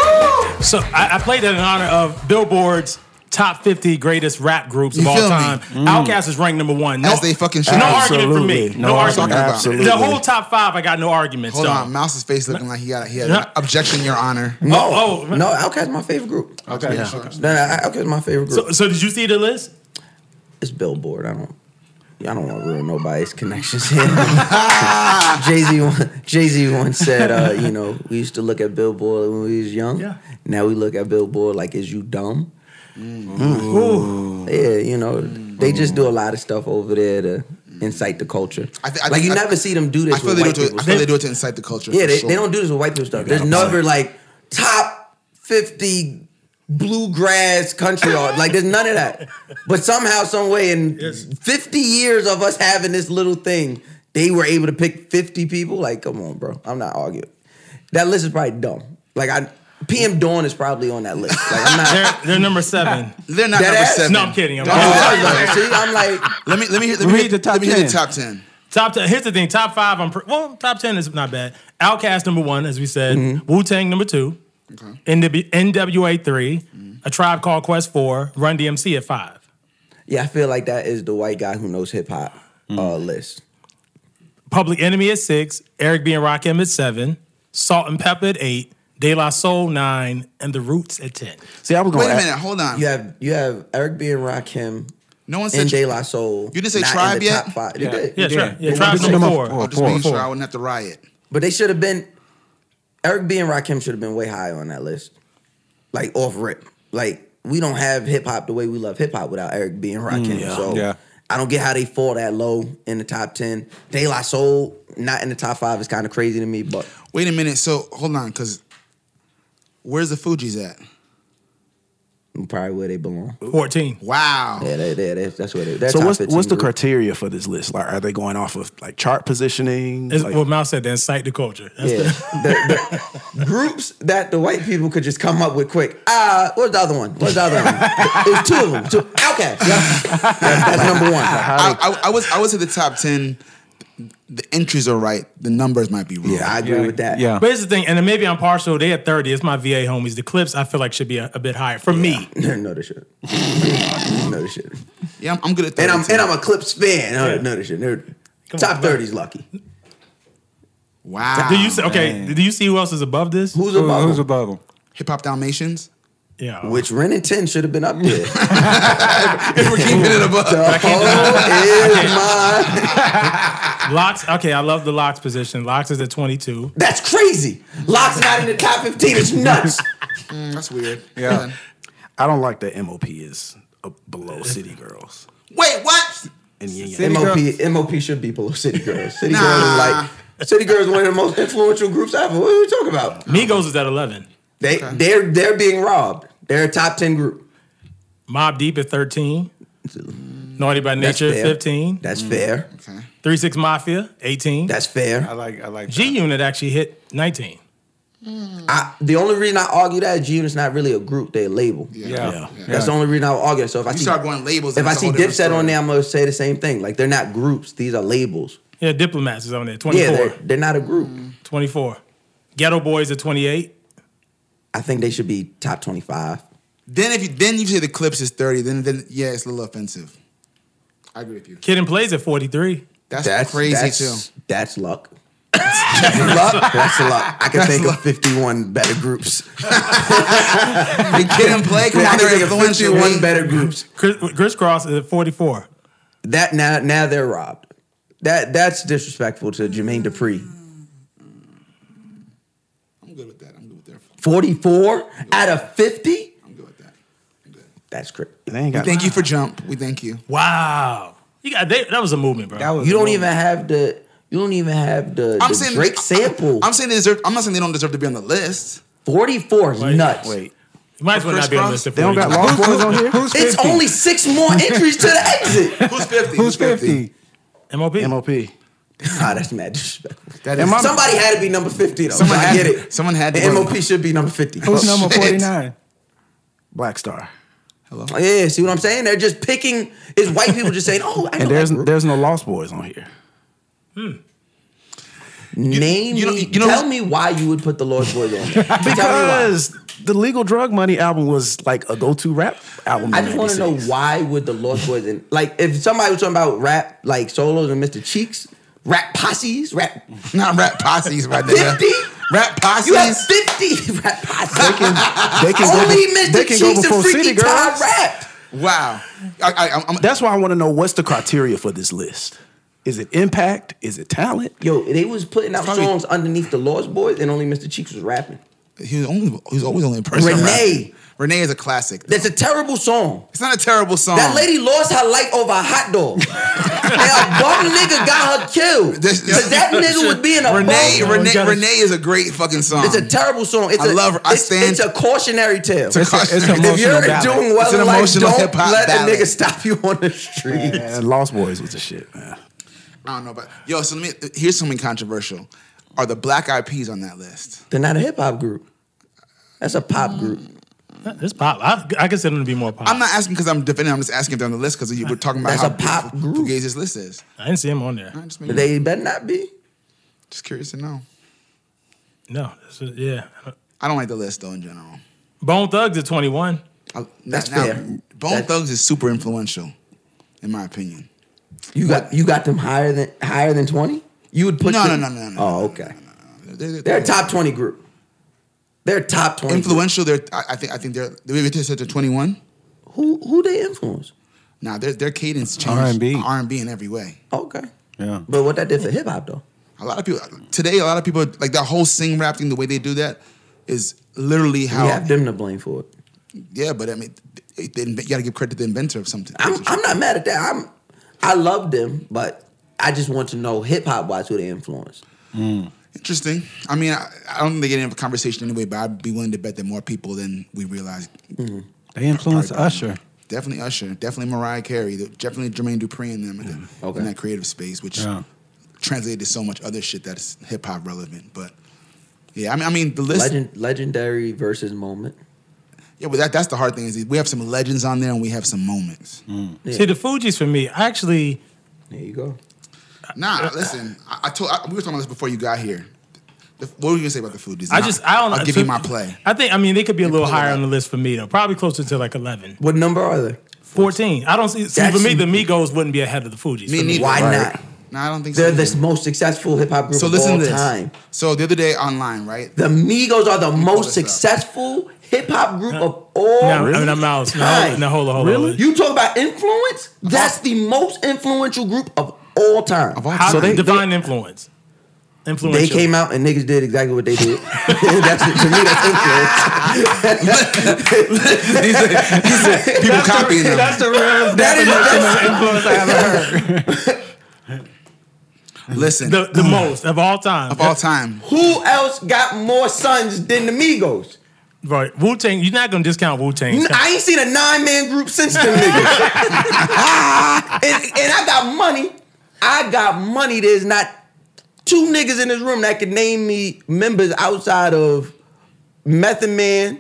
S4: So I, I played that in honor of Billboard's top 50 greatest rap groups of
S5: You
S4: all
S5: feel me?
S4: time.
S5: Mm.
S4: Outcast is ranked number one. No,
S5: As they fucking should.
S4: No argument for me.
S5: Absolutely.
S4: No,
S5: No
S4: argument.
S5: argument. Absolutely.
S4: The whole top five, I got no arguments.
S5: Hold
S4: so.
S5: on, Mouse's face looking like he got he had
S4: No.
S5: an objection, Your Honor.
S1: No, no, Outkast my favorite group.
S5: Okay,
S1: Yeah.
S5: sure.
S1: No, no, Outkast my favorite group.
S4: So, so did you see the list?
S1: it's Billboard. I don't. I don't want to ruin nobody's connections here. Jay Z, Jay Z once said, uh, "You know, we used to look at Billboard when we was young.
S4: Yeah.
S1: Now we look at Billboard like, is you dumb? Ooh. Yeah, you know, they just do a lot of stuff over there to incite the culture.
S5: I thi- I
S1: like
S5: think-
S1: you
S5: I-
S1: never see them do this.
S5: I feel,
S1: with
S5: they do,
S1: white
S5: it to,
S1: people
S5: I feel
S1: stuff.
S5: they do it to incite the culture.
S1: Yeah,
S5: for
S1: they,
S5: sure.
S1: they don't do this with white people stuff. There's never like top 50 bluegrass country art. Like there's none of that. But somehow, some way, in 50 years of us having this little thing, they were able to pick 50 people. Like, come on, bro. I'm not arguing. That list is probably dumb. Like I PM Dawn is probably on that list. Like I'm
S4: They're,
S1: not
S4: they're number seven.
S5: They're not
S1: Dead
S5: number
S1: ass?
S5: seven.
S4: No, I'm kidding. I'm
S5: Don't
S4: kidding.
S5: do that.
S1: See, I'm like,
S5: Let me let me hear, let me
S7: Read
S5: hear,
S7: the top
S5: let me hear
S7: 10.
S5: the top ten.
S4: Top ten. Here's the thing. Top five. I'm pre- well. Top ten is not bad. Outcast number one, as we said.
S5: Mm-hmm.
S4: Wu Tang number two. NW- NWA three.
S5: Mm-hmm.
S4: A Tribe Called Quest four. Run DMC at five.
S1: yeah, I feel like that is the white guy who knows hip hop uh,
S5: Mm.
S1: list.
S4: Public Enemy at six. Eric B and Rakim at seven. Salt and Pepper at eight. De La Soul nine, and The Roots at ten.
S10: See, I was
S5: Wait
S10: going.
S5: a minute, hold on.
S1: You have you have Eric B and Rakim.
S5: No one
S1: in
S5: said
S1: De La Soul.
S5: You didn't say
S1: not in
S5: Tribe
S1: the
S5: yet?
S1: Top five. You did.
S4: Yeah, Tri- yeah,
S1: But
S4: Tribe's
S1: they-
S4: number
S10: number
S4: four.
S10: four.
S5: I'm just making sure I wouldn't have to riot.
S1: But they should have been. Eric B and Rakim should have been way high on that list, like off rip. Like we don't have hip hop the way we love hip hop without Eric B and Rakim.
S10: Mm, yeah.
S1: So
S7: Yeah.
S1: I don't get how they fall that low in the top ten. De La Soul not in the top five is kind of crazy to me, but
S5: Wait a minute. So hold on, because where's the Fuji's at?
S1: probably where they belong.
S4: Fourteen.
S5: Wow.
S1: Yeah, they, they, they, that's where they. That's
S10: So what's what's the criteria for this list? Like, are they going off of like chart positioning?
S4: Is
S10: Like-
S4: what Mouse said. That incite the culture. That's
S1: Yeah, the, the groups that the white people could just come up with quick. Uh, what's the other one? What's the other one? It's two of them. Two. Outcast. Yeah. That's, that's number one.
S5: I, I, I was I was at the top ten. The entries are right. The numbers might be wrong.
S1: I agree with that.
S7: Yeah.
S4: But here's the thing, and then maybe I'm partial. They at 30. It's my VA homies. The clips I feel like should be a, a bit higher for me.
S1: no, they should. no, they should.
S5: yeah, I'm, I'm good at that.
S1: And I'm and I'm a Clips fan. No, no, they should. They're
S4: Come
S1: top
S4: on, bro.
S1: thirties lucky.
S5: wow.
S4: Do you see, okay? Do you see who else is above this?
S1: Who's
S7: Who-
S1: above?
S7: who's
S1: them?
S7: above them?
S5: hip hop Dalmatians?
S4: Yeah.
S1: Which Ren and Ten should have been up there. the
S5: If we're keeping it above.
S1: whole is mine.
S4: locks? Okay, I love the locks position. Locks is at 22.
S1: That's crazy. Locks not in the top fifteen. It's nuts.
S5: Mm, that's weird.
S7: Yeah.
S10: I don't like that MOP is uh, below City Girls
S5: Wait, what?
S10: and Yin Yang.
S7: City
S1: MOP,
S7: Girls-
S1: MOP should be below City Girls. City
S5: Nah.
S1: Girls is like City Girls is one of the most influential groups ever. What are we talking about?
S4: Migos is at 11.
S1: They they're they're being robbed. They're a top ten group.
S4: Mob Deep at 13. Naughty by
S1: That's
S4: Nature at
S1: fair.
S4: 15.
S1: That's fair.
S5: Okay.
S4: 3 6 Mafia 18.
S1: That's
S7: I
S1: fair.
S7: like I like
S4: G
S7: that.
S4: Unit actually hit 19.
S1: I, the only reason I argue that is G Unit's not really a group. They're a label.
S7: Yeah.
S10: Yeah.
S1: That's the only reason I would argue. that. So if I
S5: You
S1: see
S5: start going
S1: if
S5: labels. and
S1: I
S5: it's a
S1: see
S5: whole different
S1: Dipset on
S5: story.
S1: there, I'm gonna say the same thing. Like they're not groups. These are labels.
S4: Yeah, Diplomats is on there.
S1: Yeah,
S4: 24.
S1: they're, they're not a group.
S4: 24. Ghetto Boys at 28.
S1: I think they should be top twenty five.
S5: Then if you then you say the clips is thirty, then then yeah, it's a little offensive. I agree with you.
S4: Kid and Plays at 43.
S5: That's, crazy
S1: that's,
S5: too.
S1: That's luck. that's luck. That's luck. I can think of 51 better groups.
S5: They kid and play. Come on,
S1: I can
S5: they're
S1: think of
S5: influential.
S1: 51
S5: One
S1: better groups.
S4: Chris, Chris Cross is at 44.
S1: That now now they're robbed. That that's disrespectful to Jermaine Dupree.
S5: I'm good with that. I'm good with that.
S1: 44 out of 50?
S5: I'm good with that. I'm good.
S1: That's crazy.
S5: We thank you for jump. We thank you.
S4: Wow. You got they, that was a movement, bro.
S1: you don't even have the. You don't even have the,
S5: I'm
S1: the
S5: saying
S1: Drake sample.
S5: I'm saying they deserve. I'm not saying they don't deserve to be on the list.
S1: Forty four is nuts.
S5: Wait,
S4: you might as well not be on the list if They don't 40. got
S1: Lost Boys on here?
S5: Who's
S1: It's
S5: 50?
S1: only six more entries to the exit.
S5: Who's fifty?
S1: Who's 50?
S4: MOP.
S10: MOP.
S1: Ah, that's mad disrespectful.
S5: That is-
S1: Somebody had to be number 50, though.
S5: Someone
S1: so I
S5: had-
S1: get it.
S5: someone had to
S1: And
S5: be.
S1: MOP should be number 50.
S5: Who's number
S1: shit.
S5: 49?
S10: Black Star.
S5: Hello.
S1: Oh, Yeah, see what I'm saying? They're just picking. It's white people just saying, oh, I know
S10: And there's
S1: that group.
S10: there's no Lost Boys on here.
S1: Name
S10: you know-
S1: me.
S10: you know-
S1: tell me why you would put the Lord's Boys on. there. Tell me why.
S10: Because the Legal Drug Money album was like a go-to rap album.
S1: I
S10: in
S1: just want to know
S10: 96.
S1: why would the Lost Boys and like if somebody was talking about rap like solos and Mr. Cheeks, rap posses, rap
S5: not rap posses, my nigga.
S1: fifty.
S5: Rap posses.
S1: You have fifty rap posses.
S5: They can- they can go
S1: Only
S5: before-
S1: Mr.
S5: they can go
S1: Cheeks
S5: before
S1: and Freaky
S5: City
S1: Todd
S5: Girls.
S1: rap.
S5: Wow. I, I, I'm, I'm-
S10: That's why I want to know what's the criteria for this list. Is it impact? Is it talent?
S1: Yo, they was putting out
S5: probably-
S1: songs underneath the Lost Boys, and only Mr. Cheeks was rapping.
S5: he was only he was always only in person.
S1: Renee.
S5: rapping. Renee is a classic. though.
S1: That's a terrible song.
S5: It's not a terrible song.
S1: That lady lost her life over a hot dog. and a bum nigga got her killed.
S5: This-
S1: Because that nigga was being a
S5: Renee,
S1: bum.
S5: Renee,
S4: gotta-
S5: Renee is a great fucking song.
S1: It's a terrible song. It's
S5: I
S1: a-
S5: love her. I
S1: it's,
S5: stand-
S1: it's a cautionary tale.
S5: It's a cautionary-
S7: it's an
S1: if you're
S7: emotional ballad.
S1: doing well
S5: It's an
S1: in life,
S5: emotional
S1: don't
S5: hip-hop
S1: let
S5: ballad.
S1: a nigga stop you on the street.
S10: And Lost Boys was the shit, man.
S5: I don't know, but yo, so let me. Here's something controversial. Are the Black Eyed Peas on that list?
S1: They're not a hip hop group. That's a pop group.
S4: This pop. I, I consider them to be more pop.
S5: I'm not asking because I'm defending. I'm just asking if they're on the list because we're talking about
S1: That's
S5: how
S1: a pop
S5: big
S1: group.
S5: Fugazi's list is.
S4: I didn't see him on there.
S5: I'm just,
S1: But
S5: making,
S1: they better not be.
S5: just curious to know.
S4: No. this is- yeah.
S5: I don't like the list though in general.
S4: Bone Thugs at 21.
S5: I,
S1: Uh, That's
S5: now-
S1: fair.
S5: Bone
S1: That's-
S5: Thugs is super influential, in my opinion.
S1: You got you got them higher than higher than twenty. You would put
S5: No,
S1: them-
S5: no, no, no, no,
S1: Oh,
S5: no,
S1: okay. They're a top twenty group. They're a top twenty. group.
S5: influential. They're I, I think I think they're they were just at the 21.
S1: Who who they influence?
S5: Now their their cadence changed
S7: R&B.
S5: R&B in every way.
S1: Okay.
S7: Yeah.
S1: But what that did for hip hop though.
S5: A lot of people today, a lot of people like that whole sing rap thing. The way they do that is literally how.
S1: We have them to blame for it.
S5: Yeah, but I mean, they, they, you got to give credit to the inventor of something.
S1: I'm I'm not mad at that. I'm I love them, but I just want to know hip hop wise who they influence.
S5: Interesting. I mean, I, I don't think they didn't have a conversation anyway, but I'd be willing to bet that more people than we realize.
S1: Mm-hmm.
S7: They influenced Usher.
S5: Definitely Usher, definitely Mariah Carey, the- definitely Jermaine Dupri in them, in the-
S1: Mm-hmm. Okay.
S5: in that creative space, which
S7: Yeah.
S5: translated to so much other shit that's hip hop relevant. But yeah, I mean, I mean the list.
S1: Legend legendary versus moment.
S5: Yeah, but that, that's the hard thing is we have some legends on there and we have some moments.
S1: Yeah.
S4: See, the Fugees for me, I actually,
S1: There you go.
S5: Nah, listen, I, I told I, we were talking about this before you got here. The, what were you gonna say about the food?
S4: I just, I don't know.
S5: I'll give
S4: So-
S5: you my play.
S4: I think, I mean, they could be a little
S5: pull it
S4: higher
S5: up.
S4: on the list for me, though. Probably closer to like 11.
S1: What number are they?
S4: 14. I don't see, see for
S1: That's-
S4: me, the Migos wouldn't be ahead of the Fugees.
S5: Me
S4: for
S5: neither.
S1: Why
S5: Right.
S1: not?
S5: No, I don't think
S1: They're
S5: so.
S1: the most successful hip hop group
S5: so
S1: of
S5: listen
S1: all
S5: to this.
S1: time.
S5: So the other day online, right?
S1: The Migos are the most
S5: this up.
S1: successful hip hop group of all time.
S4: No, no, no, Miles. No, hold- no, hold on, hold on. Really?
S1: You talk about influence? That's the most influential group of all time.
S5: Of all
S4: How
S5: time.
S4: they define influence? Influential.
S1: They came out and niggas did exactly what they did. that's to me. That's
S5: He said- he said people copying them.
S7: the real influence I ever heard.
S5: Listen,
S4: the, the most of all time.
S5: of all time,
S1: influence. Who else got more sons than the Migos?
S4: Right. Wu Tang, you're not going to discount Wu Tang.
S1: N- I ain't seen a nine man group since them niggas. and, and I got money. I got money. There's not two niggas in this room that can name me members outside of Method Man.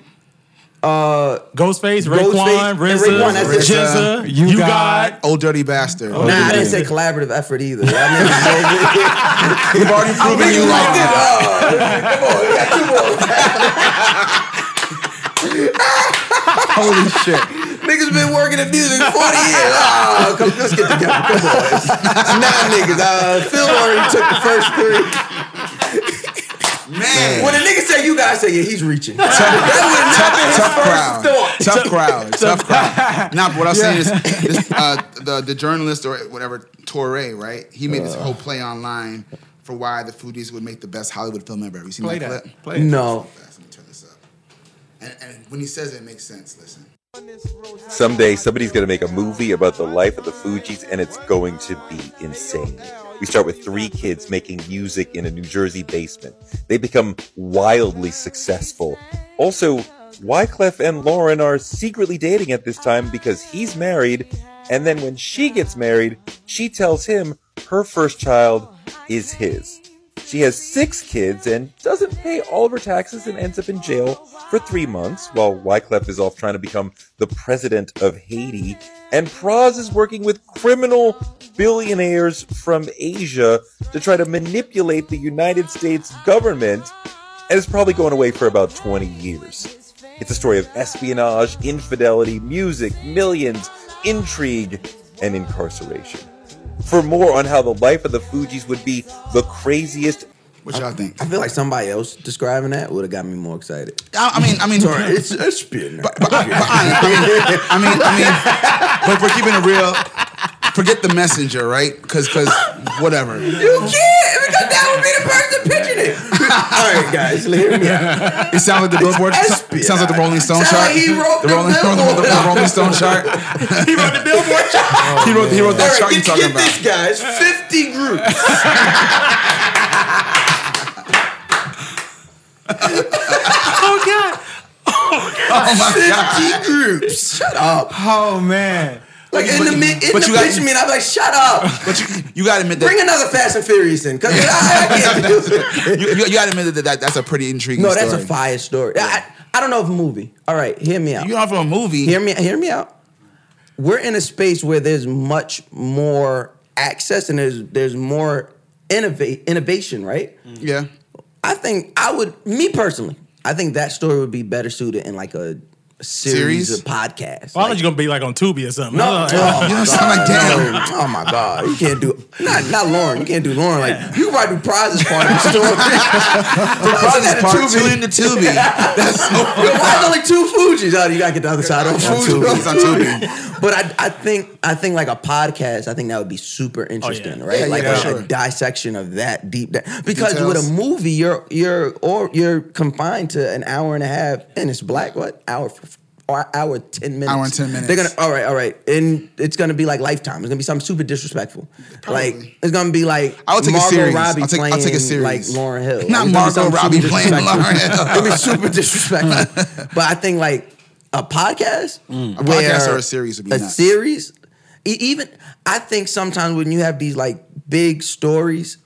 S4: Ghostface,
S1: Ghostface
S4: Raekwon,
S1: and
S4: RZA,
S1: Raekwon, that's
S5: it.
S4: Jizza,
S7: You
S4: You,
S7: Got.
S4: Got.
S5: old dirty bastard.
S1: Nah, I didn't say collaborative effort either. I mean,
S5: We've already proven you wrong.
S7: Holy shit.
S1: Niggas been working at music 40 years. Oh, come, let's get together. Come on. It's nine niggas. Uh, Phil already took the first three.
S5: Man,
S1: When a nigga say you guys say, yeah, he's reaching. that
S5: tough crowd.
S1: would not be his first thought.
S5: Tough crowd. Tough crowd. Nah, but what I was saying is this, uh, the the journalist or whatever Torre, right? He made this whole play online for why the Fugees would make the best Hollywood film ever. You seen
S7: Play
S5: that
S7: that.
S5: clip?
S7: Play it.
S1: No.
S5: Fast, Let me turn this up. And, and when he says it, it makes sense. Listen.
S11: Someday somebody's going to make a movie about the life of the Fugees and it's going to be insane. We start with three kids making music in a New Jersey basement. They become wildly successful. Also, Wyclef and Lauren are secretly dating at this time because he's married. And then when she gets married, she tells him her first child is his. She has six kids and doesn't pay all of her taxes and ends up in jail for three months while Wyclef is off trying to become the president of Haiti. And Praz is working with criminal billionaires from Asia to try to manipulate the United States government and is probably going away for about 20 years. It's a story of espionage, infidelity, music, millions, intrigue, and incarceration. For more on how the life of the Fugees would be the craziest.
S5: What y'all think?
S1: I feel like somebody else describing that would have got me more excited.
S5: I, I mean, I mean,
S1: Sorry, it's it's been.
S5: I mean, I mean, but for keeping it real, forget the messenger, right? Because, because whatever.
S1: You can't because that would be the person pitching it. All right, guys, hear me out.
S5: It sounds like the Billboard.
S1: Espionage.
S5: Sounds like the Rolling Stone
S1: Sound
S5: chart.
S1: like he wrote
S5: the
S1: the
S5: Rolling Stone. The,
S1: Billboard.
S5: the Rolling Stone chart.
S1: He wrote the Billboard chart.
S10: Oh,
S5: he wrote. He wrote
S1: All
S5: that
S1: right,
S5: chart you
S1: get,
S5: talking
S1: get
S5: about.
S1: this, guys. Fifty groups.
S4: Oh God.
S5: Oh my god.
S1: Fifty groups. Shut up.
S7: Oh man.
S1: Like in the mid, in
S5: but
S1: the
S5: you got-
S1: pitch meeting, I'm like, shut up.
S5: But you, you gotta admit that.
S1: Bring another Fast and Furious in, cause I, I can't do it.
S5: you, you, you gotta admit that, that that's a pretty intriguing.
S1: No, that's
S5: story.
S1: a fire story. I, I don't know if movie. All right, hear me out.
S5: You off on a movie?
S1: Hear me. Hear me out. We're in a space where there's much more access and there's there's more innovate innovation, right?
S5: Yeah.
S1: I think I would, me personally, I think that story would be better suited in like a series,
S5: Series?
S1: of podcasts.
S4: Why
S1: Like-
S4: don't you gonna be like on Tubi or something?
S1: no,
S4: Uh,
S1: oh,
S5: You don't sound like damn.
S1: no. oh my god, you can't do not not Lauren. You can't do Lauren. Like you could probably do prizes part of the story. prizes
S5: Part two in the Tubi. That's so
S1: Why is only two Fuji's? Oh, you gotta get the other side of
S5: on
S1: Fuji.
S5: Tubi. It's on Tubi.
S1: But I, I think I think like a podcast, I think that would be super interesting, right?
S5: Oh, Yeah, yeah,
S1: like
S5: for
S1: a,
S5: sure.
S1: a dissection of that deep di- because
S5: Details.
S1: with a movie, you're you're or you're confined to an hour and a half, and it's black what hour. f- Or hour ten minutes.
S5: Hour and 10 minutes.
S1: They're gonna all right, all right, and it's gonna be like Lifetime. It's gonna be something super disrespectful. Like it's gonna be like
S5: I would take a
S1: Margot
S5: series.
S1: Robbie
S5: I'll take- I'll
S1: playing
S5: take a series.
S1: like Lauren Hill. Like,
S5: Not
S1: it's gonna be something
S5: Margot Robbie
S1: super
S5: playing
S1: disrespectful.
S5: Lauren Hill.
S1: It'll be super disrespectful. but I think like a podcast,
S5: Mm. A podcast or a series would be
S1: a
S5: nuts.
S1: series. e- Even I think sometimes when you have these like big stories,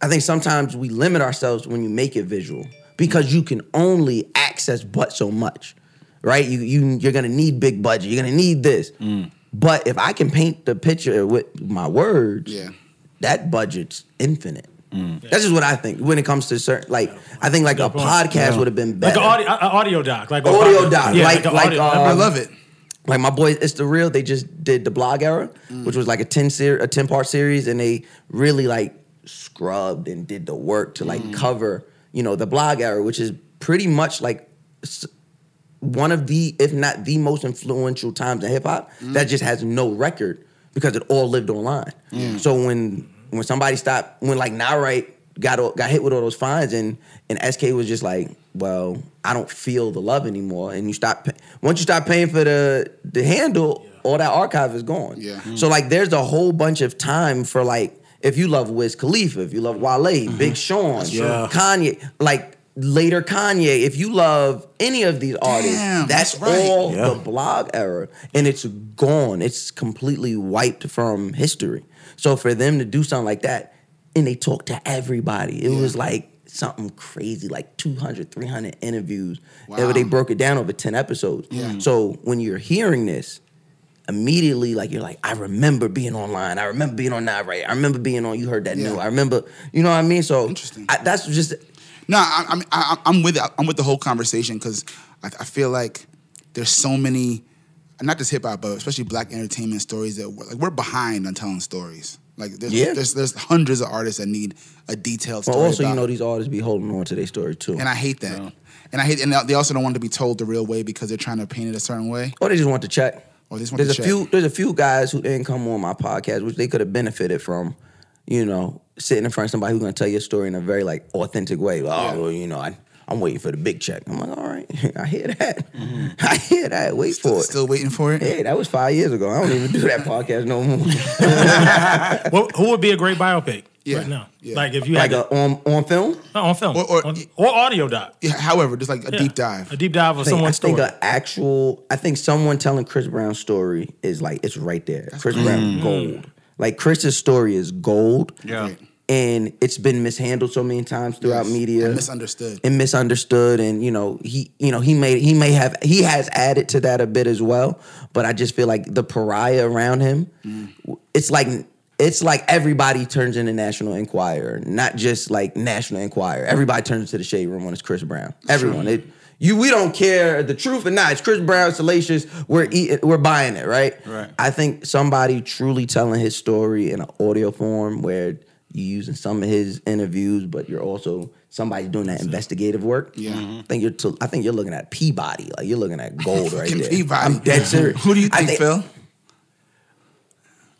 S1: I think sometimes we limit ourselves when you make it visual because you can only access but so much, right? You you you're gonna need big budget. You're gonna need this.
S5: Mm.
S1: But if I can paint the picture with my words,
S5: Yeah. Mm.
S1: that budget's infinite. That's just what I think when it comes to certain like I think like a
S4: point.
S1: podcast would have been
S4: like
S1: better.
S4: an audio, a- a audio doc, like a-
S1: Audio doc,
S4: yeah,
S1: like-
S4: an
S1: like,
S4: audio-
S1: uh,
S5: I love it.
S1: like my boys, it's the real. They just did the blog era, which was like a ten ser- a ten part series, and they really like scrubbed and did the work to like cover, you know, the blog era, which is pretty much like s- one of the, if not the most influential times in hip hop
S5: Mm.
S1: that just has no record because it all lived online. So when when somebody stopped, when like Now Right got all- got hit with all those fines and and SK was just like, well, I don't feel the love anymore. And you stop pay- once you stop paying for the the handle, all that archive is gone.
S5: Yeah. Mm-hmm.
S1: So like, there's a whole bunch of time for like. If you love Wiz Khalifa, if you love Wale,
S5: Mm-hmm.
S1: Big Sean,
S10: Yeah.
S1: Kanye, like later Kanye, if you love any of these artists,
S5: Damn,
S1: that's,
S5: that's right.
S1: all
S10: Yeah.
S1: the blog era. And it's gone. It's completely wiped from history. So for them to do something like that, and they talk to everybody, it was like something crazy, like 200, 300 interviews.
S5: Wow.
S1: And they broke it down over 10 episodes.
S5: Yeah.
S1: So when you're hearing this, immediately like you're like i remember being online i remember being on that right i remember being on you heard that
S5: Yeah.
S1: new i remember you know what i mean so
S5: Interesting.
S1: I, that's just
S5: No, I- I'm I, I'm with I'm with the whole conversation because I, I feel like there's so many, not just hip hop, but especially black entertainment stories that we're, like we're behind on telling stories. Like there's,
S1: Yeah.
S5: there's there's hundreds of artists that need a detailed
S1: but
S5: story.
S1: also you
S5: about
S1: know
S5: it.
S1: these artists be holding on to their story too
S5: and I hate that. And I hate and they also don't want to be told the real way because they're trying to paint it a certain way.
S1: Or Oh, they just want the check.
S5: Or Oh, they just want
S1: there's
S5: the
S1: a few
S5: check.
S1: there's a few guys who didn't come on my podcast, which they could have benefited from, you know, sitting in front of somebody who's gonna tell your story in a very like authentic way. Like, oh,
S5: Yeah.
S1: well, you know, I I'm waiting for the big check. I'm like, all right, I hear that.
S5: Mm-hmm.
S1: I hear that. Wait for it. Still
S5: waiting for it.
S1: Hey, that was five years ago. I don't even do that podcast no more.
S4: What, who would be a great biopic right now? Like if you
S1: like
S4: had
S1: a, on on film,
S4: no, on film
S1: Or-
S4: or, or audio doc.
S5: Yeah, however, just like a
S4: deep
S5: dive,
S4: a deep dive
S1: I
S4: of
S1: think,
S4: someone's
S1: I think
S4: story.
S1: an actual. I think someone telling Chris Brown's story is like it's right there. Chris Brown gold. Like Chris's story is gold.
S5: Mm. Yeah.
S1: and it's been mishandled so many times throughout media
S5: And misunderstood.
S1: and misunderstood and you know he you know he may he may have he has added to that a bit as well but i just feel like the pariah around him it's like it's like everybody turns into national inquirer not just like national inquirer everybody turns into the shade room when it's chris brown everyone it you we don't care the truth or not it's chris brown salacious we're eating we're buying it right
S7: Right.
S1: I think somebody truly telling his story in an audio form where you're using some of his interviews, but you're also somebody doing that investigative work. Yeah, I think you're. To, I think you're looking at Peabody. Like you're looking at gold right
S5: Fucking
S1: there.
S5: Peabody.
S1: I'm dead serious.
S5: Who do you
S1: I
S5: think, Phil?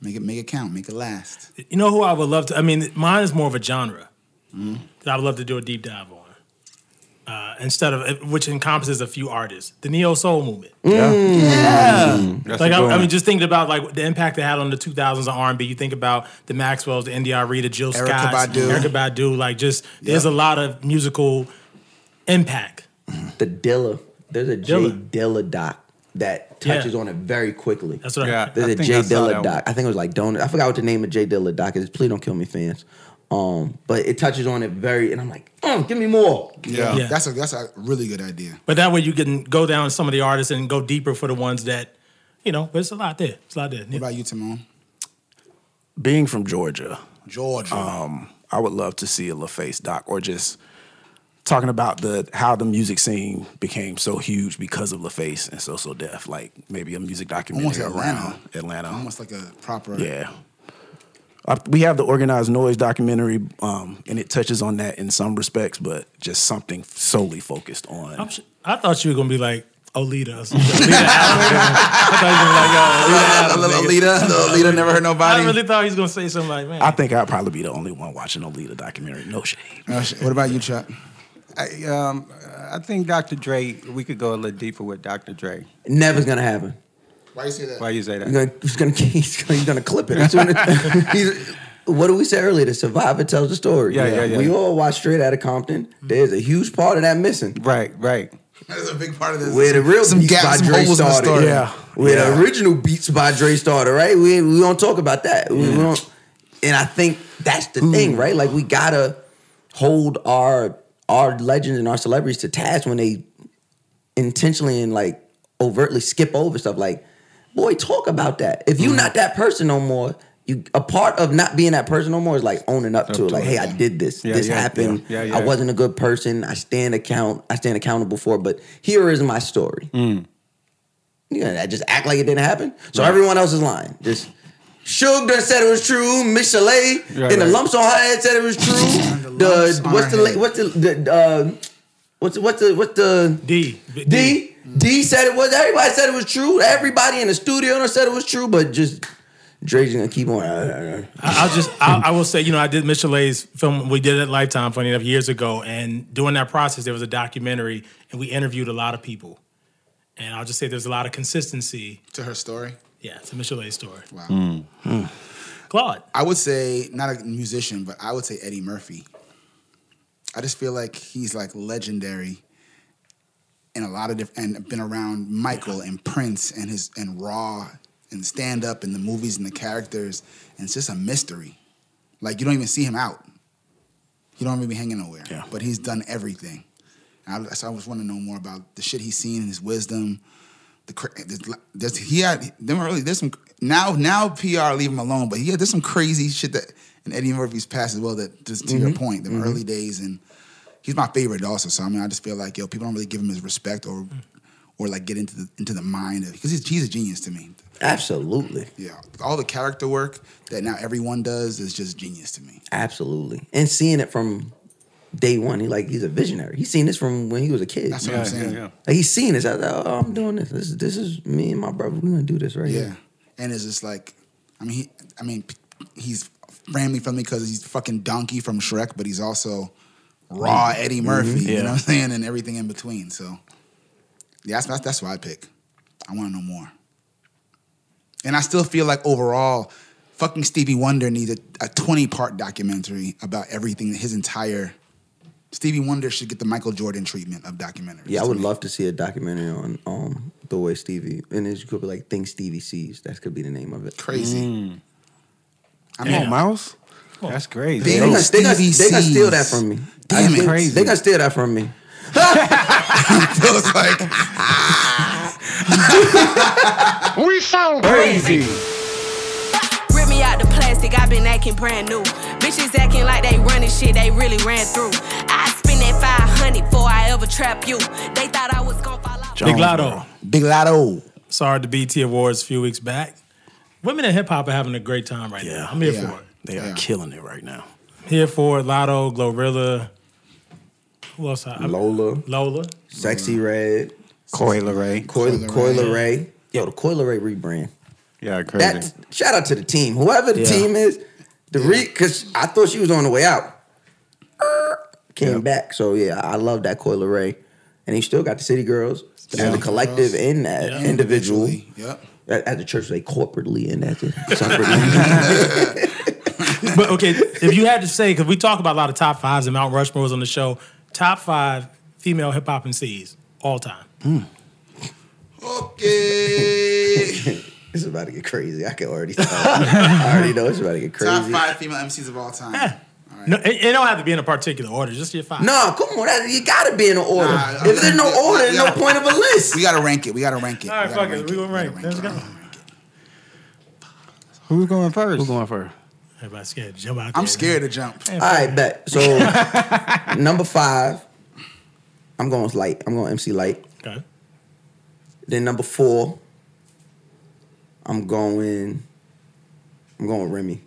S5: Make it make it count. Make it last.
S4: You know who I would love to? I mean, mine is more of a genre that I would love to do a deep dive on. Uh, instead of which encompasses a few artists, the neo soul movement.
S10: Yeah.
S4: Yeah.
S10: Mm. That's
S4: like
S10: a
S4: I, I
S10: good one.
S4: mean, just thinking about like the impact it had on the 2000s of R&B. You think about the Maxwell's, the N.D.I. Rita, Jill
S5: Erykah
S4: Scott,
S5: Badu.
S4: Erica Badu. Like, just there's a lot of musical impact.
S1: The Dilla. There's a Jay
S4: Dilla.
S1: Dilla doc that
S4: Yeah.
S1: touches on it very quickly.
S4: That's what I- Yeah,
S1: There's
S4: I
S1: a
S4: think
S1: Jay
S4: I saw
S1: Dilla
S4: that
S1: doc. I think it was like Donut. I forgot what the name of Jay Dilla doc is. Please don't kill me, fans. Um, but it touches on it very, and I'm like, oh, give me more.
S5: Yeah.
S4: Yeah.
S5: That's a that's a really good idea.
S4: But that way you can go down some of the artists and go deeper for the ones that, you know, but it's a lot there. It's a lot there. What
S5: about you, Timon?
S10: being from Georgia,
S5: Georgia,
S10: um, I would love to see a LaFace doc or just talking about the how the music scene became so huge because of LaFace and So So Def, like maybe a music
S5: Almost
S10: documentary
S5: Atlanta.
S10: around Atlanta.
S5: Almost like a proper.
S10: Yeah. Uh, we have the organized noise documentary, um, and it touches on that in some respects, but just something solely focused on.
S4: I'm su- I thought you were gonna be like Olita or something. Olita Adams. I thought you were gonna be like uh, Olita. Adams, nigga.
S5: Little Lita never hurt nobody.
S4: I really thought he was gonna say something like, man.
S10: I think I'd probably be the only one watching a Lita documentary. No shade.
S5: No shade. Oh, What about you, Chuck?
S7: I, um, I think Dr. Dre. We could go a little deeper with Dr. Dre.
S1: Never's gonna happen.
S5: Why you say that?
S7: Why you say
S1: He's gonna, he's gonna, he's gonna, he's gonna clip it. As soon as, he's, what did we say earlier? The survivor tells the story.
S7: Yeah, yeah, yeah.
S1: We all watch straight out of Compton. There's a huge part of that missing.
S7: Right, right.
S5: That's a big part of this.
S1: Where the real
S5: some
S1: beats
S5: gaps,
S1: by
S5: some
S1: Dre
S5: holes in the
S1: started.
S5: story.
S1: Yeah. Where the original beats by Dre started, right? We we don't talk about that. We, we don't, and I think that's the thing, right? Like we gotta hold our our legends and our celebrities to task when they intentionally and like overtly skip over stuff. Like, boy, talk about that. If you're not that person no more, you a part of not being that person no more is like owning up to it. Like, hey, I did this.
S7: Yeah,
S1: this
S7: yeah,
S1: happened.
S7: yeah, yeah,
S1: I
S7: yeah.
S1: wasn't a good person. I stand account. I stand accountable for. it, But here is my story.
S7: Mm.
S1: Yeah, I just act like it didn't happen. So everyone else is lying. Just Suge done said it was true. Miss Chalet
S7: Right,
S1: and the
S7: right.
S1: lumps on her head said it was true. the what's the, la- what's the the uh, what's the, what's the what's the
S4: D
S1: D D said it was. Everybody said it was true. Everybody in the studio done said it was true. But just Dre's gonna keep on. uh, uh, uh.
S4: I, I'll just I, I will say, you know, I did Mitchell A's film. We did it at Lifetime, funny enough, years ago. And during that process, there was a documentary, and we interviewed a lot of people. And I'll just say, there's a lot of consistency.
S5: To her story.
S4: Yeah, to Mitchell A's story. Wow.
S10: Mm.
S4: Claude.
S5: I would say not a musician, but I would say Eddie Murphy. I just feel like he's like legendary in a lot of different and been around Michael and Prince and his and Raw and stand up and the movies and the characters and it's just a mystery. Like you don't even see him out. He don't even be hanging nowhere. But he's done everything. And I, so I just want to know more about the shit he's seen and his wisdom. The cra- there's, there's, he had them early. There's some now now PR leave him alone, but he had there's some crazy shit that in Eddie Murphy's past as well. That just to your
S10: Mhm.
S5: point, the
S10: Mhm.
S5: early days and he's my favorite also. So I mean, I just feel like yo, people don't really give him his respect or or like get into the into the mind of because he's he's a genius to me.
S1: Absolutely.
S5: Yeah, all the character work that now everyone does is just genius to me.
S1: Absolutely. And seeing it from day one, he like he's a visionary. He's seen this from when he was a kid.
S5: That's what I'm Yeah, saying. yeah, yeah.
S1: Like he's seen this. I was like, oh, I'm doing this. This this is me and my brother. We're gonna do this right
S5: Yeah,
S1: here.
S5: and it's just like I mean, he, I mean, p- he's family friendly because he's fucking donkey from Shrek, but he's also raw
S1: Mm-hmm.
S5: Eddie Murphy.
S10: Mhm.
S5: You know
S10: Yeah.
S5: what I'm saying? And everything in between. So yeah, that's that's, that's what I pick. I want to know more. And I still feel like overall, fucking Stevie Wonder needs a, a 20 part documentary about everything, his entire. Stevie Wonder should get the Michael Jordan treatment of documentary.
S1: Yeah, I would love to see a documentary on um, the way Stevie, and it could be like "Things Stevie Sees." That could be the name of it.
S5: Crazy.
S1: Mm.
S10: I'm on mouse.
S7: That's crazy.
S1: They, they, gonna, they, gonna, they gonna steal that from me.
S7: Damn
S1: I-
S7: it.
S1: They, they gonna steal that from me.
S5: Feels like
S12: we sound
S13: crazy. Rip me out the plastic, i been acting brand new. Bitches acting like they running shit they really ran through. I spend that 500 before I ever trap you. They thought I was gonna fall out.
S4: Big Lotto.
S5: Big Lotto.
S4: Saw her at the BT Awards a few weeks back. Women in hip hop are having a great time right now. I'm here
S10: Yeah.
S4: for it.
S10: They are killing it right now.
S4: Here for it. Lotto, Glorilla. Who else? I,
S1: Lola,
S4: Lola.
S1: Sexy Red,
S7: Coil Ray,
S1: Coil
S4: Coila
S1: Coil Ray. Yo, the Coil Ray rebrand.
S7: Yeah,
S1: That shout out to the team, whoever the
S7: Yeah.
S1: team is. The re because I thought she was on the way out, Er, came back. So yeah, I love that Coil Ray, and he still got the City Girls as a collective and as individual.
S5: Yep.
S1: At, at the church, they corporately and that's it. separately.
S4: but okay, if you had to say, because we talk about a lot of top fives and Mount Rushmore's on the show, top five female hip hop MCs all time.
S1: it's about to get crazy. I can already tell. I already know it's about to get crazy.
S5: top five female MCs of all time.
S4: No, it, it don't have to be in a particular order. Just your five.
S1: No, come on. That, you gotta be in an order.
S4: Nah,
S1: if there's no order, there's no
S5: Yeah.
S1: point of a list.
S5: We gotta rank it. We gotta rank it.
S4: All right,
S5: We gotta
S4: fuck it. We gonna rank. Let's go.
S7: Who's going first? Who's
S10: going first?
S4: Everybody's scared to jump out.
S5: I'm
S4: there.
S5: scared to jump.
S1: All right, bet. So number five, I'm going with light. I'm going MC light.
S4: Okay.
S1: Then number four, I'm going. I'm going with Remy.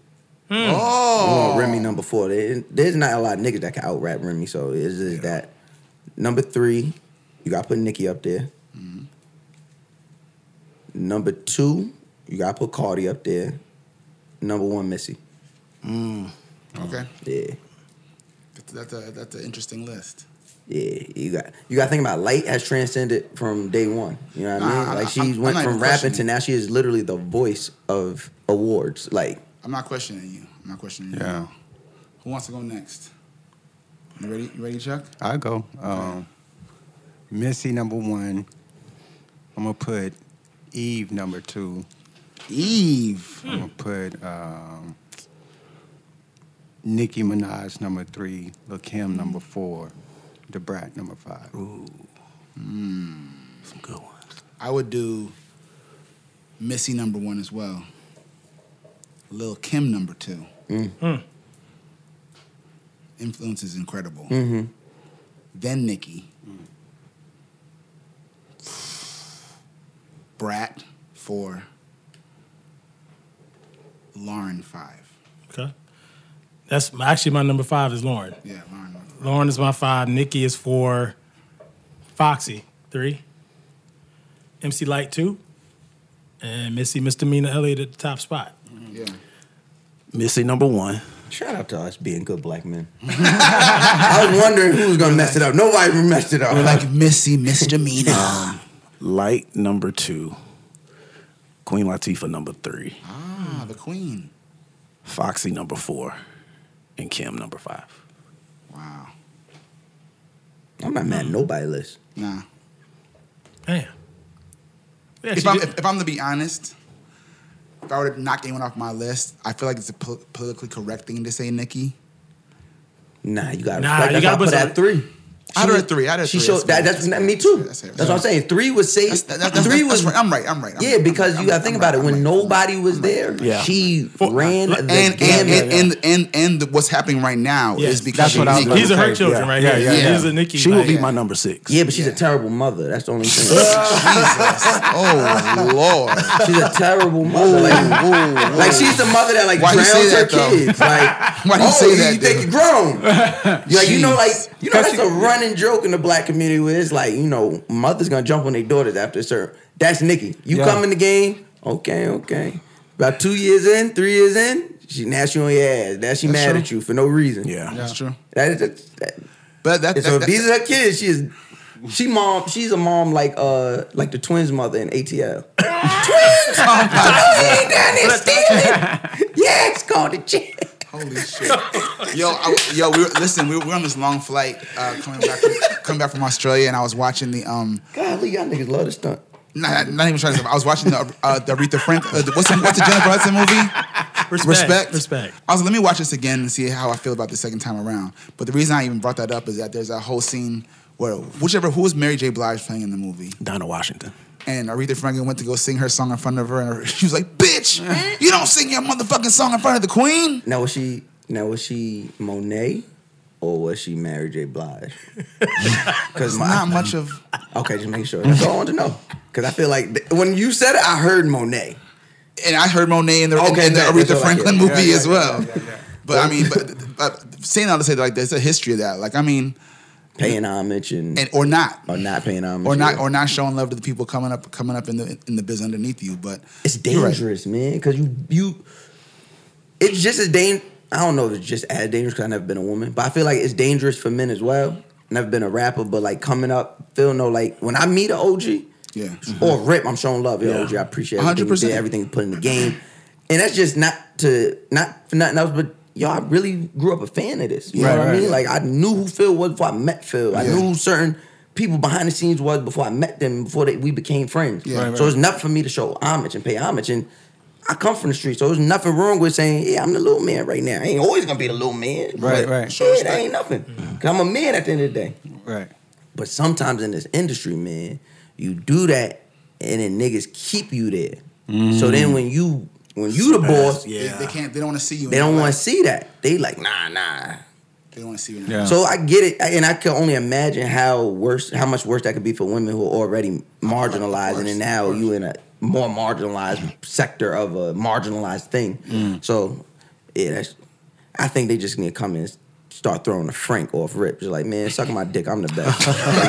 S1: I'm
S5: Oh.
S1: going with Remy number four. There- There's not a lot of niggas that can out rap Remy, so it's just that. Number three, you gotta put Nicki up there.
S5: Mm-hmm.
S1: Number two, you gotta put Cardi up there. Number one, Missy.
S5: Okay.
S1: Yeah.
S5: That's, that's, a, that's an interesting list.
S1: Yeah, you got you got to think about light has transcended from day one. You know what I
S5: Nah,
S1: mean?
S5: I-
S1: Like she
S5: I- I'm
S1: went
S5: not
S1: from
S5: even
S1: rapping to
S5: questioning
S1: now she is literally the voice of awards. Like
S5: I'm not questioning you. I'm not questioning you.
S7: Yeah.
S5: Who wants to go next? You ready? You ready, Chuck?
S7: I go. Um, Missy number one. I'm gonna put Eve number two.
S5: Eve.
S7: I'm gonna put um, Nicki Minaj number three. Lil Kim number four. The Brat number five. Ooh.
S10: Some good ones.
S5: I would do Missy number one as well. Lil Kim number two. Influence is incredible.
S1: Mhm.
S5: Then Nikki. Brat four. Lauren five.
S4: Okay. That's my, actually my number five is Lauren.
S5: Yeah, Lauren.
S4: Lauren is my five. Nikki is four. Foxy three. MC Light two. And Missy Misdemeanor Elliott at the top spot.
S5: Yeah.
S10: Missy number one.
S1: shout out to us being good black men. I was wondering who was gonna mess it up. Nobody messed it up.
S5: We're like Missy misdemeanor.
S10: Light number two. Queen Latifah number three.
S5: ah, the queen.
S10: Foxy number four. And Kim number five.
S5: Wow.
S1: I'm not
S5: Hmm.
S1: mad at nobody list.
S5: Nah.
S4: Damn. Yeah,
S5: if,
S4: she
S5: I'm,
S4: did-
S5: if, if I'm to be honest, if I were to knock anyone off my list, I feel like it's a pol- politically correct thing to say Nikki.
S1: Nah, you gotta
S5: Nah,
S1: nah,
S5: you
S1: you
S5: gotta
S1: gotta put
S5: put
S1: that three. She
S5: I had her
S1: was-
S5: at three. I had her at
S1: she
S5: three.
S1: showed
S5: That's
S1: that.
S5: fair.
S1: That's, me too. That's,
S5: That's
S1: what I'm saying. Three was safe. three was.
S5: I'm right. I'm right. I'm
S1: yeah, because you gotta think about it. When nobody was there,
S5: Yeah.
S1: she ran the
S5: and, and, and,
S1: gamut.
S5: and, and, and the- what's happening right now
S1: Yes,
S5: is because
S1: that's what I was
S5: she's Nikki.
S1: These are her children
S10: right here. These are Nikki's, She will like- be my number six.
S1: Yeah, but she's a terrible mother. That's the only thing. Oh
S5: Lord,
S1: she's a terrible mother. like, like, she's the mother that like
S5: Why you
S1: drowns
S5: say
S1: her
S5: that, though?
S1: kids. Like
S5: Why you
S1: oh,
S5: say
S1: you,
S5: that,
S1: you think
S5: though?
S1: you're grown? You're like you know, like
S5: Jeez.
S1: you know, that's a running joke in the black community where it's like you know, mothers gonna jump on their daughters after a certain. That's Nikki. You
S10: Yeah.
S1: come in the game, okay, okay. About two years in, three years in, she now she on your ass. Now she
S5: That's
S1: mad
S5: true.
S1: at you for no reason.
S10: Yeah,
S5: That's true.
S1: That is that,
S5: But that,
S1: so if
S5: that-
S1: these are her kids, she is she mom. She's a mom like uh like the twins' mother in ATL. Twins. Oh, Tommy, Danny, Steven. Yeah, it's called the chick.
S5: Holy shit. yo, I, yo, we were, listen, we were, we were on this long flight uh, coming back from, coming back from Australia, and I was watching the um.
S1: Golly, y'all niggas love this stunt.
S5: Not, not even trying to. I was watching the uh, the Aretha Franklin. Uh, what's the, what's the Jennifer Hudson movie?
S4: Respect.
S5: Respect. I was like, let me watch this again and see how I feel about the second time around. But the reason I even brought that up is that there's that whole scene where whichever who was Mary J. Blige playing in the movie,
S10: Donna Washington,
S5: and Aretha Franklin went to go sing her song in front of her, and her, she was like, "Bitch, you don't sing your motherfucking song in front of the Queen."
S1: Now was she now was she Monet or was she Mary J. Blige? Because
S5: not much of.
S1: Okay, just make sure. That's all I want to know. Because I feel like th- when you said it, I heard Monet.
S5: And I heard Monet in the,
S1: Okay,
S5: in the
S1: yeah, that's
S5: Aretha
S1: what I get.
S5: Franklin
S1: Yeah,
S5: movie
S1: yeah,
S5: as
S1: yeah,
S5: well.
S1: yeah, yeah, yeah.
S5: But I mean, but, but saying all to say like there's a history of that. Like I mean,
S1: paying homage and,
S5: and or not
S1: or not paying homage
S5: or not
S1: yeah.
S5: or not showing love to the people coming up coming up in the in the biz underneath you. But
S1: It's dangerous, man. Because you you, it's just as dang. I don't know if it's just as dangerous because I've never been a woman, but I feel like it's dangerous for men as well. Never been a rapper, but like coming up, feel no like when I meet an OG
S5: yeah,
S1: or Rip, I'm showing love. Yo,
S5: Yeah.
S1: OG, I appreciate everything you
S5: 100%.
S1: did, everything you put in the game, and that's just not to not for nothing else, but. Yo, I really grew up a fan of this. You
S5: Right,
S1: know what I
S5: right,
S1: mean?
S5: right.
S1: Like I knew who Phil was before I met Phil. I
S5: Yeah.
S1: knew who certain people behind the scenes was before I met them, before they, we became friends.
S5: Yeah. Right,
S1: so
S5: right.
S1: it's nothing for me to show homage and pay homage. And I come from the street, so there's nothing wrong with saying, yeah, I'm the little man right now. I ain't always gonna be the little man.
S7: Right,
S1: but
S7: right.
S1: Shit, that ain't nothing. Cause I'm a man at the end of the day.
S7: Right.
S1: But sometimes in this industry, man, you do that and then niggas keep you there. So
S5: Mm.
S1: then when you when you the boss,
S5: yeah. they, they can't. They don't want to see you.
S1: they don't want to see that. They like, nah, nah.
S5: They don't want to see you. in that.
S1: So I get it, and I can only imagine how worse, how much worse that could be for women who are already marginalized, and then now you in a more marginalized sector of a marginalized thing.
S7: Mm.
S1: So yeah, that's. I think they just gonna come in. and Start throwing a Frank off rip, just like man, suck my dick, I'm the best.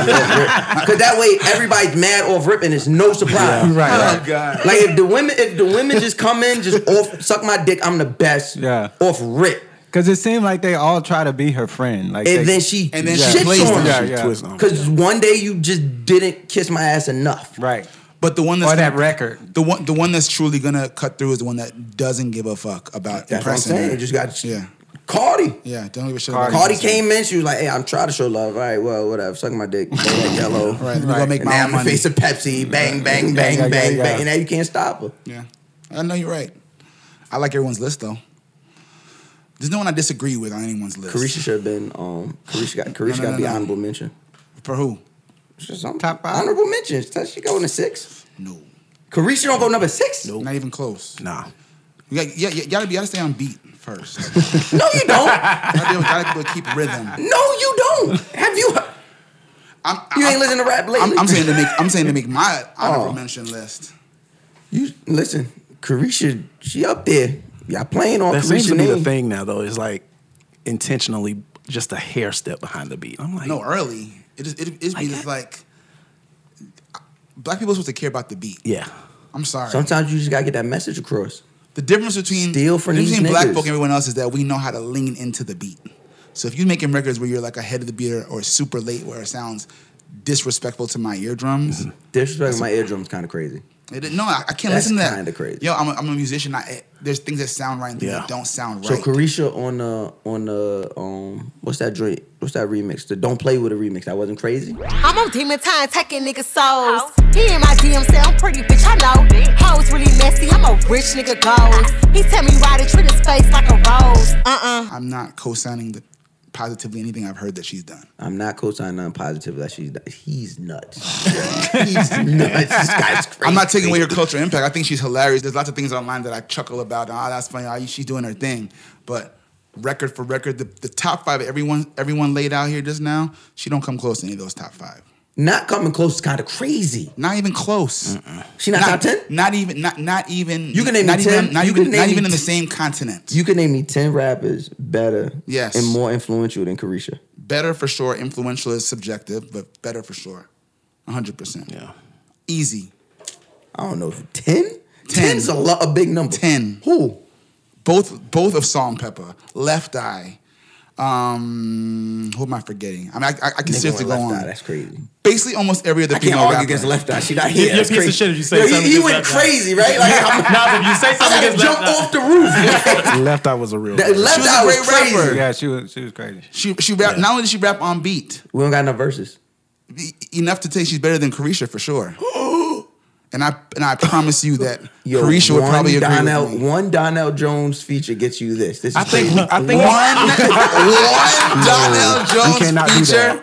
S1: Because that way everybody's mad off rip, and it's no surprise.
S7: Yeah, right.
S5: Oh, God.
S1: Like if the women, if the women just come in, just off suck my dick, I'm the best.
S7: Yeah.
S1: Off rip,
S7: Because it seemed like they all try to be her friend. Like
S1: and
S7: they,
S1: then she
S5: and then she
S1: shits
S5: plays
S1: on
S5: them.
S1: her.
S7: Yeah, yeah.
S10: twist on.
S1: Because Oh, one day you just didn't kiss my ass enough.
S7: right.
S5: But the one that's
S7: Or that
S5: gonna-
S7: record.
S5: the one the one that's truly gonna cut through is the one that doesn't give a fuck about
S1: That's what I'm
S5: impressing.
S1: saying.
S5: her.
S1: It just got
S5: yeah,
S1: Cardi.
S5: yeah. Don't give a shit. about
S1: Cardi
S5: impressing her.
S1: came in, she was like, hey, I'm trying to show love. All right, well, whatever. Suck my dick. Go like yellow.
S5: Right, let me go make
S1: And now
S5: my own
S1: I'm in the
S5: money.
S1: face of Pepsi. Bang, bang, bang,
S7: yeah,
S1: bang,
S7: yeah.
S1: bang. And now you can't stop her.
S5: Yeah, I know you're right. I like everyone's list though. There's no one I disagree with on anyone's list.
S1: Carisha should have been, um, Carisha got, Carisha got
S5: No, no, no,
S1: to be
S5: no.
S1: honorable mention.
S5: for who?
S1: Top five. Honorable mentions. Does she go in the six?
S5: No,
S1: Carisha don't go number six?
S5: not even close.
S10: Nah.
S5: You got, yeah, you gotta be, you gotta stay on beat first.
S1: No, you don't.
S5: gotta, be able, gotta be able to keep rhythm.
S1: no, you don't. Have you heard?
S5: I'm,
S1: You ain't
S5: I'm-
S1: listening to rap lately.
S5: I'm, I'm saying to make, I'm saying to make my honorable
S1: Oh.
S5: mention list.
S1: You listen, Carisha, she up there. Y'all playing on
S10: That seems to
S1: Carisha
S10: be the
S1: name.
S10: thing now, though. Is like intentionally just a hair step behind the beat. I'm like,
S5: No, early. It is, it is means like black people are supposed to care about the beat.
S10: yeah,
S5: I'm sorry.
S1: Sometimes you just gotta get that message across.
S5: The difference between
S1: Steal from
S5: the difference
S1: these
S5: between black
S1: niggas.
S5: folk and everyone else is that we know how to lean into the beat. So if you're making records where you're like ahead of the beat or, or super late, where it sounds disrespectful to my eardrums,
S1: Disrespecting my eardrums kind of crazy.
S5: it, no, I, I can't
S1: Mm-hmm. That's
S5: listen to that.
S1: kinda crazy.
S5: Yo, I'm a, I'm a musician. I, it- there's things that sound right and things
S10: Yeah.
S5: that don't sound
S1: So
S5: right.
S1: Carisha on the on the um what's that joint? What's that remix? The Don't Play with a remix. That wasn't crazy.
S13: I'm on demon time, taking niggas' souls. He in my DM say I'm pretty, bitch, I know. Hoes really messy, I'm a rich nigga gold. He tell me why to treat his face like a rose. Uh-uh.
S5: I'm not co-signing the, positively anything I've heard that she's done.
S1: I'm not co-signing nothing positive that she's he's nuts. he's nuts. This guy's crazy.
S5: I'm not taking away her cultural impact. I think she's hilarious. There's lots of things online that I chuckle about. Ah, that's funny. Ah, she's doing her thing. But record for record, the, the top five everyone everyone laid out here just now, she don't come close to any of those top five.
S1: not coming close is kind of crazy.
S5: Not even close.
S1: She not, top ten?
S5: Not even. Not not even.
S1: You can name
S5: not
S1: me
S5: even,
S1: 10.
S5: Not
S1: You
S5: even.
S1: can
S5: not
S1: name
S5: even
S1: me
S5: in
S1: 10.
S5: the same continent.
S1: You can name me ten rappers better
S5: Yes.
S1: and more influential than Carisha.
S5: better for sure. Influential is subjective, but better for sure. 100. percent
S10: yeah.
S5: Easy.
S1: I don't know. 10?
S5: 10.
S1: 10's a, lo- a big number.
S5: Ten.
S1: Who?
S5: Both both of Salt and Pepper. Left Eye. Um, who am I forgetting? I mean, I, I, I
S1: Nigga
S5: can seriously
S1: went
S5: go
S1: left
S5: on.
S1: eye, that's crazy.
S5: Basically, almost every other
S1: I can't
S5: female
S1: argue
S5: rapper.
S1: against Left Eye. She not
S4: here. You're a That's piece of crazy. shit if you say
S1: Yo, he-
S4: something
S1: he
S4: against
S1: went
S4: Left Eye.
S1: crazy, right? Like, I'm-
S4: Nah, if you say
S1: I
S4: something
S1: gotta
S4: against
S1: jump
S4: Left Eye-
S1: off the roof.
S10: left eye was a real.
S1: That left eye was crazy.
S7: Yeah, she was she was crazy.
S5: She she rap. Not only did she rap on beat, e,
S1: we don't got enough verses.
S5: Enough to say she's better than Carisha for sure. and I and I promise you that Carisha would
S1: one
S5: probably agree
S1: Donnell,
S5: with me.
S1: One Donnell Jones feature gets you this. This is
S5: I think-
S1: crazy.
S5: I think- One- one
S1: No,
S5: Donnell Jones
S1: you cannot do
S5: feature?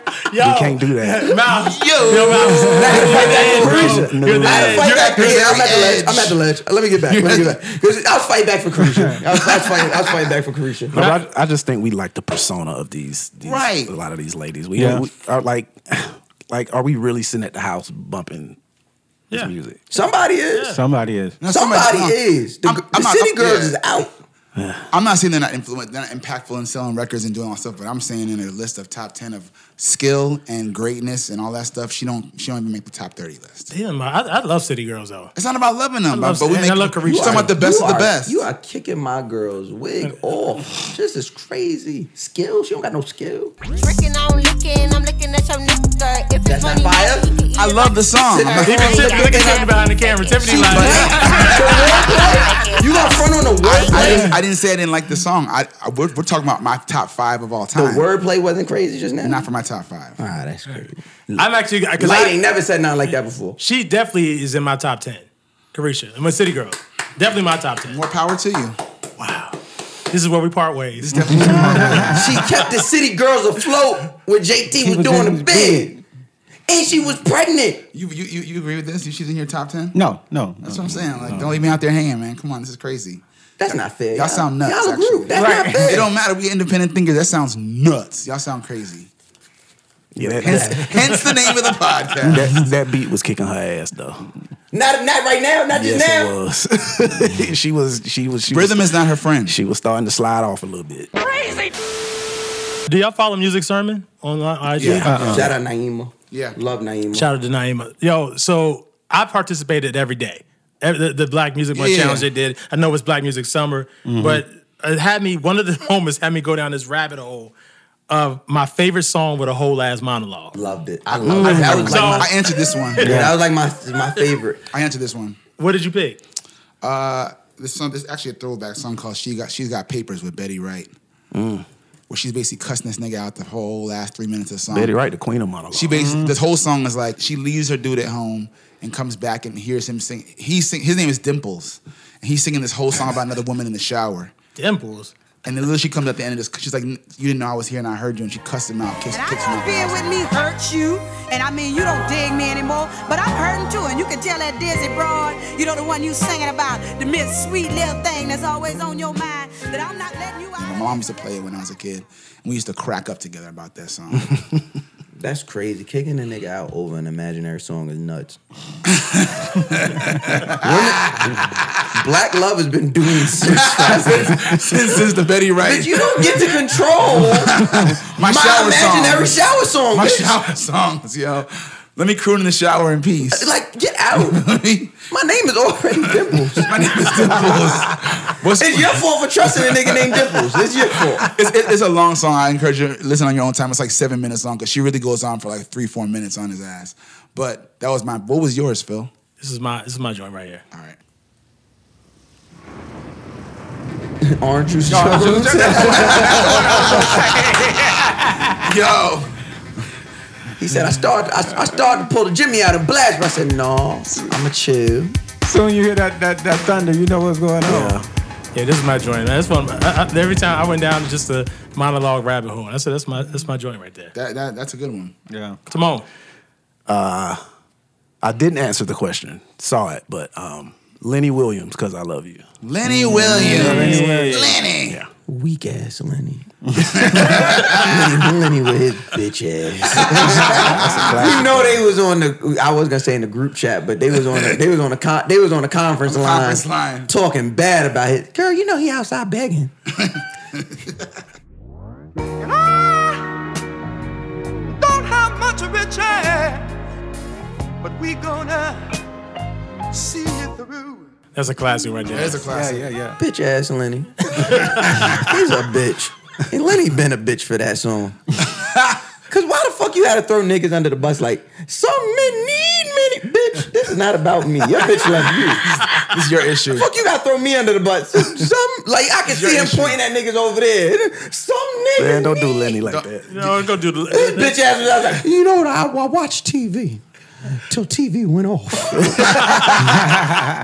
S1: that.
S10: You can't do that.
S4: Mouse.
S5: Yo.
S4: Yo, Mouse. You're the
S1: I'll
S4: edge, bro.
S1: fight back for Carisha.
S4: You're the
S1: I'll
S4: edge.
S1: fight
S4: You're
S1: back for
S4: the
S1: Carisha. I'm at the
S4: edge.
S1: ledge. I'm at the ledge. Let me get back. Let me get back. 'Cause I'll fight back for Carisha. I'll, I'll fight. I'll fight back for Carisha.
S10: No, but I, I just think we like the persona of these, these
S1: Right.
S10: A lot of these ladies, we,
S1: Yeah.
S10: we are like, like, are we really sitting at the house bumping this music?
S1: Somebody is.
S7: Somebody is.
S5: No,
S1: Somebody
S5: no.
S1: is. The, the
S5: I'm not-
S1: city
S5: I'm-
S1: girls
S5: yeah.
S1: is out.
S5: I'm not saying they're not influential, they're not impactful in selling records and doing all that stuff, but I'm saying in a list of top ten of skill and greatness and all that stuff, she don't she don't even make the top thirty list.
S4: Damn, I, I love City Girls though.
S5: It's not about loving
S4: I
S5: them,
S4: love-
S5: but we
S4: and
S5: make
S4: I love Carisha.
S5: we're talking about the best
S1: you
S5: of the
S1: are-
S5: best.
S1: You are kicking my girl's wig off. This is crazy. Skill? She don't got no skill.
S14: Tricking on licking, I'm looking at your nigga. If
S1: That's
S14: it's
S1: not
S14: money,
S1: fire.
S5: I love the song.
S4: Even Tiff- look at Tiffany behind the camera. Tiffany
S1: like,
S5: You
S1: got front on the
S5: I, I, didn't, I didn't say I didn't like the song. I, I we're, we're talking about my top five of all time. The
S1: wordplay wasn't crazy just now.
S5: Not for my top five.
S1: Ah, that's crazy.
S4: I'm actually because
S1: Light
S4: I
S1: ain't never said nothing like that before.
S4: She definitely is in my top ten. Carisha, I'm a City Girl. Definitely my top ten.
S5: More power to you.
S4: Wow, this is where we part ways.
S1: she kept the city girls afloat when JT was,
S4: was in
S1: doing the
S4: his
S1: bid. And she was pregnant.
S5: You you you, you agree with this? She's in your top ten.
S7: No, no.
S5: That's what I'm saying. Like, don't leave me out there hanging, man. Come on, this is crazy.
S1: That's not fair.
S5: Y'all sound nuts.
S1: Y'all a
S5: actually.
S1: group. That's not fair.
S5: It don't matter. We independent thinkers. That sounds nuts. Y'all sound crazy.
S10: Yeah, that,
S5: Hence, hence the name of the podcast.
S10: that, that beat was kicking her ass though.
S1: Not, not right now. Not just now.
S10: yes, it was. she was. She was. She Rhythm
S5: is not her friend.
S10: She was starting to slide off a little bit.
S4: Crazy. Do y'all follow Music Sermon on uh, IG?
S1: Shout out Naima.
S5: Yeah.
S1: Love Naima.
S4: Shout out to Naima. Yo, so I participated every day. Every- The, the Black Music Month
S1: Yeah.
S4: Challenge they did. I know it's Black Music Summer,
S1: Mhm.
S4: but it had me, one of the moments had me go down this rabbit hole of my favorite song with a whole ass monologue.
S1: Loved it. I loved it. That was like my-
S5: I answered this one.
S1: Yeah, that was like my my favorite.
S5: I answered this one.
S4: What did you pick?
S5: Uh, this song. This is actually a throwback song called "She Got." She's got papers with Betty Wright,
S10: Mm.
S5: where she's basically cussing this nigga out the whole last three minutes of the song.
S10: Betty Wright, the queen of monologue.
S5: She basically this whole song is like she leaves her dude at home and comes back and hears him sing. He's sing. His name is Dimples, and he's singing this whole song about another woman in the shower.
S4: Dimples.
S5: And then literally she comes at the end of this. She's like, "You didn't know I was here, and I heard you." And she cussed him out, kissed,
S15: And I
S5: kicks him
S15: know
S5: out.
S15: being with me hurts you. And I mean, you don't dig me anymore, but I'm hurting too. And you can tell that dizzy broad, you know, the one you singing about, the miss sweet little thing that's always on your mind, that I'm not letting you out.
S5: My mom used to play it when I was a kid, and we used to crack up together about that song.
S1: That's crazy. Kicking a nigga out over an imaginary song is nuts. Black love has been doomed since
S5: since, since the Betty Wright.
S1: Bitch, you don't get to control my, imaginary shower song.
S5: My
S1: bitch.
S5: shower songs, yo. Let me croon in the shower in peace.
S1: Like, get out. my name is already Dimples.
S5: my name is Dimples.
S1: it's your fault for trusting a nigga named Dimples. It's your fault.
S5: It's, it- it's a long song. I encourage you to listen on your own time. It's like seven minutes long because she really goes on for like three, four minutes on his ass. But that was my. What was yours, Phil?
S4: This is my this is my joint right here.
S5: All right.
S1: Orange juice
S5: Yo.
S1: Jones.
S5: Yo.
S1: He said, I started, I, I started to pull the Jimmy out and blast, but I said, no, I'ma chill.
S7: Soon you hear that that, that thunder, you know what's going on.
S4: Yeah, this is my joint. That's one. I, I, every time I went down to just a monologue rabbit hole, I said that's my that's my joint right there.
S5: That, that that's a good one.
S7: Yeah.
S4: Timon.
S10: Uh, I didn't answer the question. Saw it, but um, Lenny Williams, because I love you.
S5: Lenny Williams.
S10: Mm. Lenny Williams.
S5: Lenny.
S1: Weak ass Lenny. Lenny, Lenny with his bitch ass. you know they was on the. I was gonna say in the group chat, but they was on. The, they was on the. Con, they was on the conference, line,
S5: Conference line.
S1: talking bad about his girl. You know he outside begging.
S12: Ah! Don't have much riches, but we gonna see it through.
S4: That's a classic right there.
S5: That is a classic.
S1: Bitch ass Lenny. He's a bitch. And Lenny been a bitch for that song. Cause why the fuck you had to throw niggas under the bus like some men need many bitch? This is not about me. Your bitch left you.
S5: This is your issue.
S1: Fuck you gotta throw me under the bus. Some like I can see him pointing at niggas over there. Some niggas
S10: Man, don't do Lenny like that.
S4: No, go do
S1: This
S4: the.
S1: bitch ass was out like, you know what? I, I watched TV till TV went off.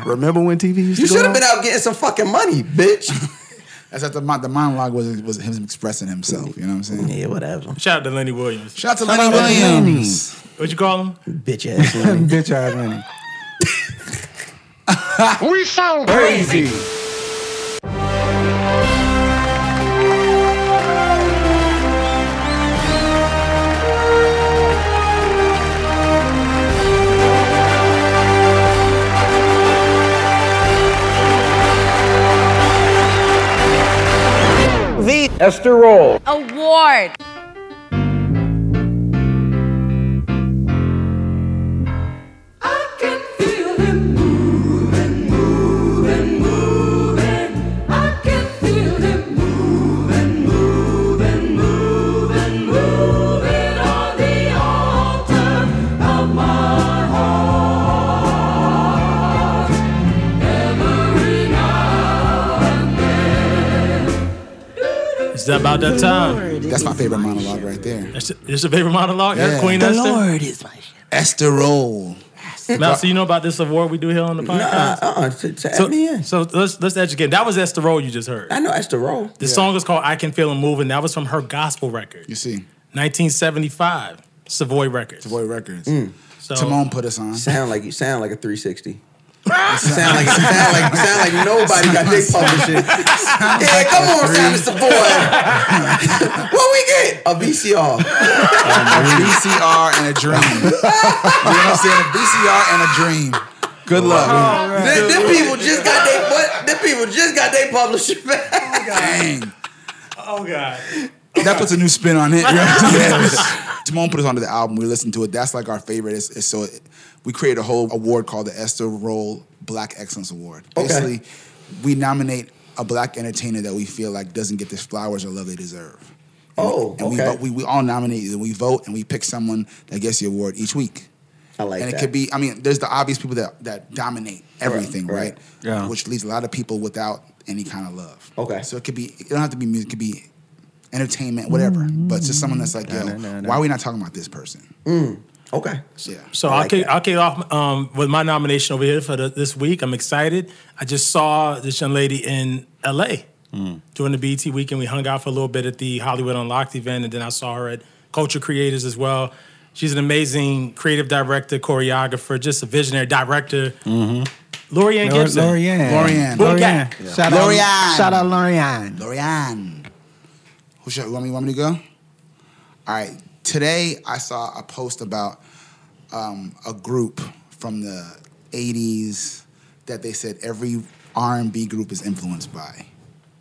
S10: Remember when TV used
S1: You
S10: to go
S1: should have
S10: on?
S1: been out getting some fucking money, bitch.
S5: That's at the, mon- the monologue was was him expressing himself. You know what I'm saying?
S1: Yeah, whatever.
S4: Shout out to Lenny Williams.
S5: Shout out to Lenny Williams.
S4: What you call him?
S1: Bitch ass.
S7: Bitch ass Lenny.
S12: We sound
S7: Crazy.
S16: The Esther Roll.
S17: Award.
S4: It's about that time.
S5: That's my favorite monologue right there.
S4: That's it's your favorite monologue. That's
S5: Yeah.
S4: Queen
S5: The
S4: Esther.
S5: Lord
S1: is my
S5: Esther Roll.
S4: Now, so you know about this award we do here on the podcast.
S5: uh,
S1: uh-uh, to- to
S4: so,
S1: add me in.
S4: so let's let's educate. That was Esther Roll you just heard.
S1: I know Esther Roll.
S4: The song is called "I Can Feel Him Moving." That was from her gospel record,
S5: You see,
S4: 1975, Savoy Records.
S5: Savoy Records.
S10: Mm.
S4: So,
S5: Timon put us on.
S1: Sound like you sound like a 360. sound like sound like sound like nobody got their publishing. yeah, come on, Simon Savoy. what we get? A VCR.
S5: A VCR and a dream. you know what I'm saying? A VCR and a dream. Good luck.
S1: Them, them people just got their but them people just got their publishing back.
S5: Dang.
S4: oh god,
S5: That puts a new spin on it. You know what I'm saying? Timon put us onto the album. We listened to it. That's like our favorite. It's, it's so we created a whole award called the Esther Roll Black Excellence Award.
S1: Okay.
S5: Basically, we nominate a black entertainer that we feel like doesn't get the flowers or love they deserve.
S1: Oh,
S5: And we,
S1: okay.
S5: vote, we we all nominate and we vote and we pick someone that gets the award each week.
S1: I like
S5: and
S1: that.
S5: it could be I mean, there's the obvious people that that dominate everything, right?
S1: right. Yeah.
S5: Which leaves a lot of people without any kind of love.
S1: Okay.
S5: So it could be it don't have to be music, it could be entertainment, whatever. But just someone that's like, yo, why are we not talking about this person?
S1: Mm, okay.
S5: Yeah.
S4: So
S5: I
S4: I'll
S5: like
S4: kick, I'll kick off um, with my nomination over here for the, this week. I'm excited. I just saw this young lady in L.A. during the BET weekend. We hung out for a little bit at the Hollywood Unlocked event, and then I saw her at Culture Creators as well. She's an amazing creative director, choreographer, just a visionary director. Lorianne
S7: Lor-
S4: Gibson.
S7: Lorianne.
S5: Lorianne.
S4: Boomcat.
S7: Lorianne. Shout out-
S5: Lorianne.
S7: Shout out Lorianne.
S5: Lorianne. Who should want me want me to go? All right. Today I saw a post about um, a group from the '80s that they said every R&B group is influenced by.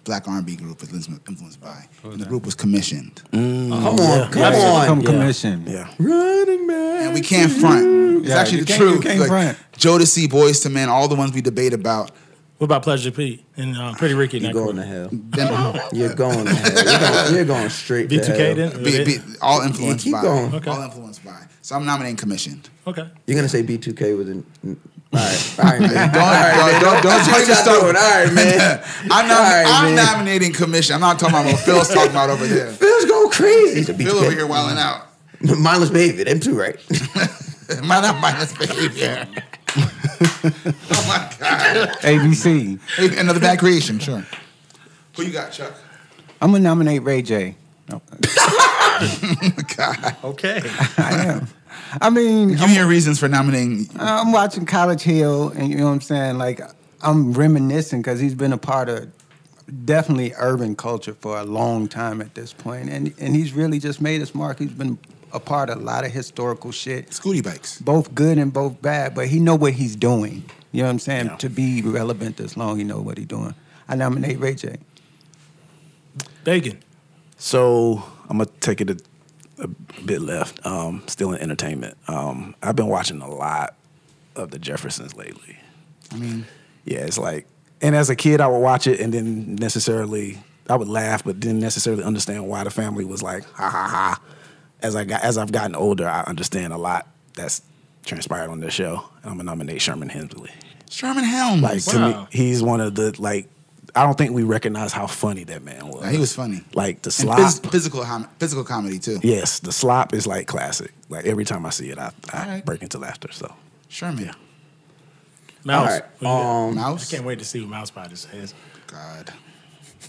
S5: Black R&B group is influenced by. And the group was commissioned.
S1: Come on, come on.
S7: Come commission. Yeah.
S1: Running man.
S5: And we can't front. It's
S7: Yeah,
S5: actually
S7: you
S5: the
S7: can't- you
S5: truth.
S7: can't front.
S5: Jodeci, Boys to Men, all the ones we debate about.
S4: What about Pleasure Pete and uh, Pretty Ricky?
S1: You're
S4: Neck
S1: going to hell.
S5: Mm. Them,
S1: You're going to hell. You're going, you're going straight to
S4: B2K
S1: hell.
S4: E then?
S5: be, be, all influenced
S1: keep
S5: by.
S1: going.
S4: Okay.
S5: All influenced by. So I'm nominating commissioned.
S4: Okay.
S1: You're gonna say B2K was in. All right, all right, man.
S5: Don't,
S1: all right,
S5: don't, don't, don't
S1: That's what
S5: take the
S1: y'all
S5: start.
S1: doing. All right, man.
S5: I'm, not,
S1: All right,
S5: I'm
S1: man.
S5: nominating commission. I'm not talking about what Phil's talking about over there.
S1: Phil's going crazy. He's a
S5: Phil over here
S1: B2K.
S5: wilding out.
S1: Mindless behavior. Them too, right?
S5: Mind up minus behavior. oh my God.
S7: ABC.
S5: Hey, another bad creation, sure. Who you got, Chuck?
S7: I'm gonna nominate Ray J.
S4: Okay.
S7: I am. I mean,
S5: Give me your reasons for nominating.
S7: I'm watching College Hill, and you know what I'm saying. Like, I'm reminiscing because he's been a part of definitely urban culture for a long time at this point, and and he's really just made his mark. He's been a part of a lot of historical shit,
S5: Scooty Bikes.
S7: both good and both bad. But he know what he's doing. You know what I'm saying? To be relevant this long, he know what he's doing. I nominate Ray J.
S4: Bacon.
S10: So I'm gonna take it a, a bit left. Um, still in entertainment. Um, I've been watching a lot of the Jeffersons lately.
S5: I mean,
S10: Yeah, it's like, and as a kid, I would watch it, and then necessarily I would laugh, but didn't necessarily understand why the family was like ha ha ha. As I got as I've gotten older, I understand a lot that's transpired on this show. I'm gonna nominate Sherman Hemsley.
S5: Sherman Helms.
S10: Like to me, he's one of the like. I don't think we recognize how funny that man was.
S5: Nah, he was funny.
S10: Like the
S5: And
S10: slop.
S5: phys- physical, hom- physical comedy too.
S10: yes, the slop is like classic. Like every time I see it, I, I
S5: All right.
S10: break into laughter. So
S5: Sherman.
S4: Mouse.
S10: All right,
S4: What do you got?
S10: um,
S5: Mouse?
S4: I can't wait to see what Mouse about his head.
S5: God.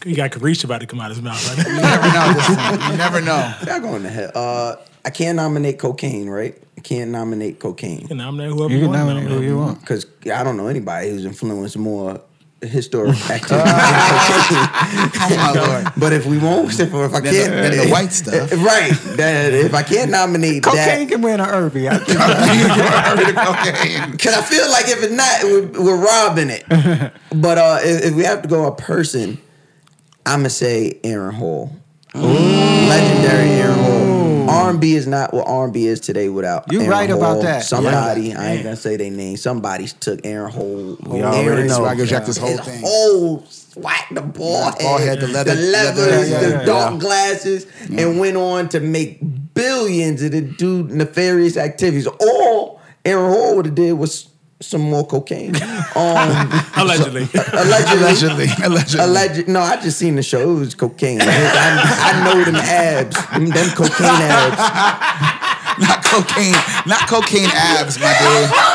S4: You got Carisha about to come out of his mouth right now.
S5: You never know.
S1: Y'all going to hell. Uh, I can't nominate cocaine, right? I can't nominate cocaine. You
S4: can nominate whoever You can you want, nominate man. who you want.
S1: Because I don't know anybody who's influenced more historic activity. oh
S5: my lord!
S1: But if we won't, if, if I
S5: Then
S1: can't,
S5: the- then the white stuff.
S1: right? That if I can't nominate that,
S7: Cocaine can win an Irby. I think.
S1: Cause I feel like if it's not, we're, we're robbing it. but uh, if, if we have to go a person, I'm gonna say Aaron Hall, legendary Aaron Hall. R&B is not what R&B is today without
S7: You
S1: Aaron
S7: right about
S1: Hall.
S7: that.
S1: Somebody,
S7: Yeah.
S1: I ain't gonna say their name. Somebody took Aaron Hall.
S7: We already
S1: Aaron
S7: know.
S5: Swagger jacked this whole
S1: his
S5: thing.
S1: whole swag, the ball
S5: Yeah, ball head, the leather-
S1: levers,
S5: leather- yeah,
S1: the
S5: yeah, Mm. yeah.
S1: dark glasses, and went on to make billions and to do nefarious activities. All Aaron Hall would have did was some more cocaine. Um,
S4: Allegedly.
S1: allegedly,
S5: Allegedly. Allegedly.
S1: Alleged- No, I just seen the show. It was cocaine. I, I know them abs, them, them cocaine abs.
S5: Not cocaine. Not cocaine abs, my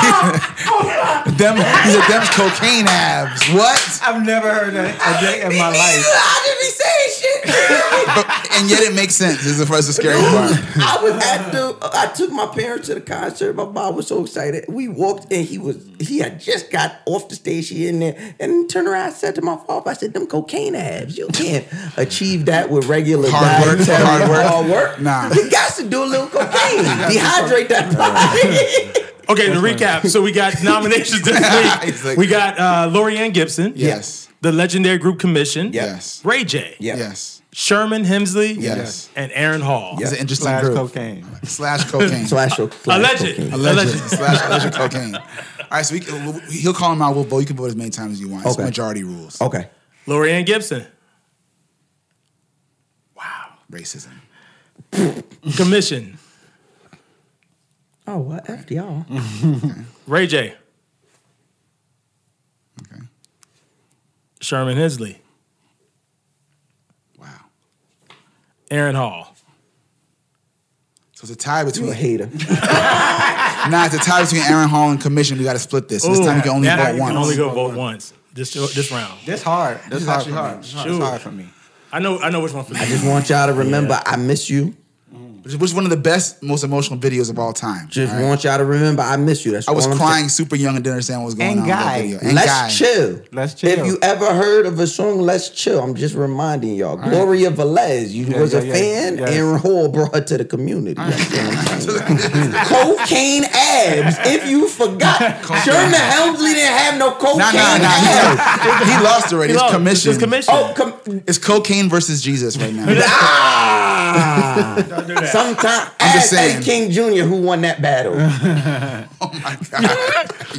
S5: dude. them, these are them cocaine abs. What?
S7: I've never heard that a day in my life.
S1: I didn't be saying shit.
S5: But, and yet it makes sense. This is the first scary part.
S1: I was at the. I took my parents to the concert. My mom was so excited. We walked and he was. He had just got off the stage. He in there and turned around. and said to my father, "I said them cocaine abs. You can't achieve that with regular
S5: Hard work,
S1: dietary
S5: hard work. Nah.
S1: Nah, you got to do a little cocaine. Dehydrate that body.
S4: Okay, to recap, so we got nominations this week.
S5: He's like-
S4: we got uh, Lorianne Gibson,
S5: Yes.
S4: the Legendary Group Commission,
S5: Yes.
S4: Ray J,
S5: Yes.
S4: Sherman Hemsley,
S5: Yes.
S4: and Aaron Hall.
S5: It's an interesting
S7: Slash
S5: group.
S7: cocaine.
S5: Slash cocaine.
S1: Slash your
S4: Alleged.
S5: Alleged.
S4: Alleged.
S5: slash alleged cocaine. All right, so we, can- he'll call him out. We'll vote. You can vote as many times as you want. It's
S1: Okay.
S5: majority
S7: Oh.
S5: rules.
S1: Okay.
S4: Lorianne Gibson,
S5: Racism.
S4: Commission,
S1: Oh, what? After y'all.
S5: Mm-hmm.
S4: Ray J,
S5: Okay.
S4: Sherman Hemsley,
S5: Wow.
S4: Aaron Hall.
S5: So it's a tie between.
S1: You a hater.
S5: Nah, it's a tie between Aaron Hall and Commission. We got to split this. So this
S4: Ooh,
S5: time you can only
S4: now
S5: vote
S4: you
S5: once.
S4: can only go vote once. This this round.
S7: This hard. This,
S5: is
S7: hard,
S5: actually
S7: for
S5: hard.
S7: Me.
S5: This
S4: is
S7: This
S4: hard.
S7: hard for me.
S4: I know I know which one for
S1: I just
S4: me.
S1: want y'all to remember. I miss you.
S5: Which was one of the best, most emotional videos of all time.
S1: Just
S5: all right?
S1: want y'all to remember. I miss you. That's
S5: I was
S1: all I'm
S5: crying super young and didn't understand what was going
S7: And
S5: on. in that
S7: guy.
S5: video.
S1: Saying.
S5: And
S1: Let's
S5: guy.
S1: chill.
S7: Let's chill.
S1: If you ever heard of a song, let's chill. I'm just reminding y'all. Gloria Velez, you
S7: Yeah,
S1: was a
S7: yeah, yeah.
S1: fan.
S7: Yes.
S1: Aaron Hall brought her to the community. cocaine abs. If you forgot, Sherman Helmsley didn't have no cocaine
S5: Nah, nah, nah. He,
S1: abs.
S5: lost. he lost already. It's
S4: Look,
S5: commission.
S4: It's commission.
S1: Oh, com-
S5: It's cocaine versus Jesus right now.
S1: ah!
S4: Don't do that.
S1: Sometimes
S5: I'm
S1: ask
S5: just
S1: Eddie
S5: saying.
S1: King Jr. who won that battle.
S5: oh my god.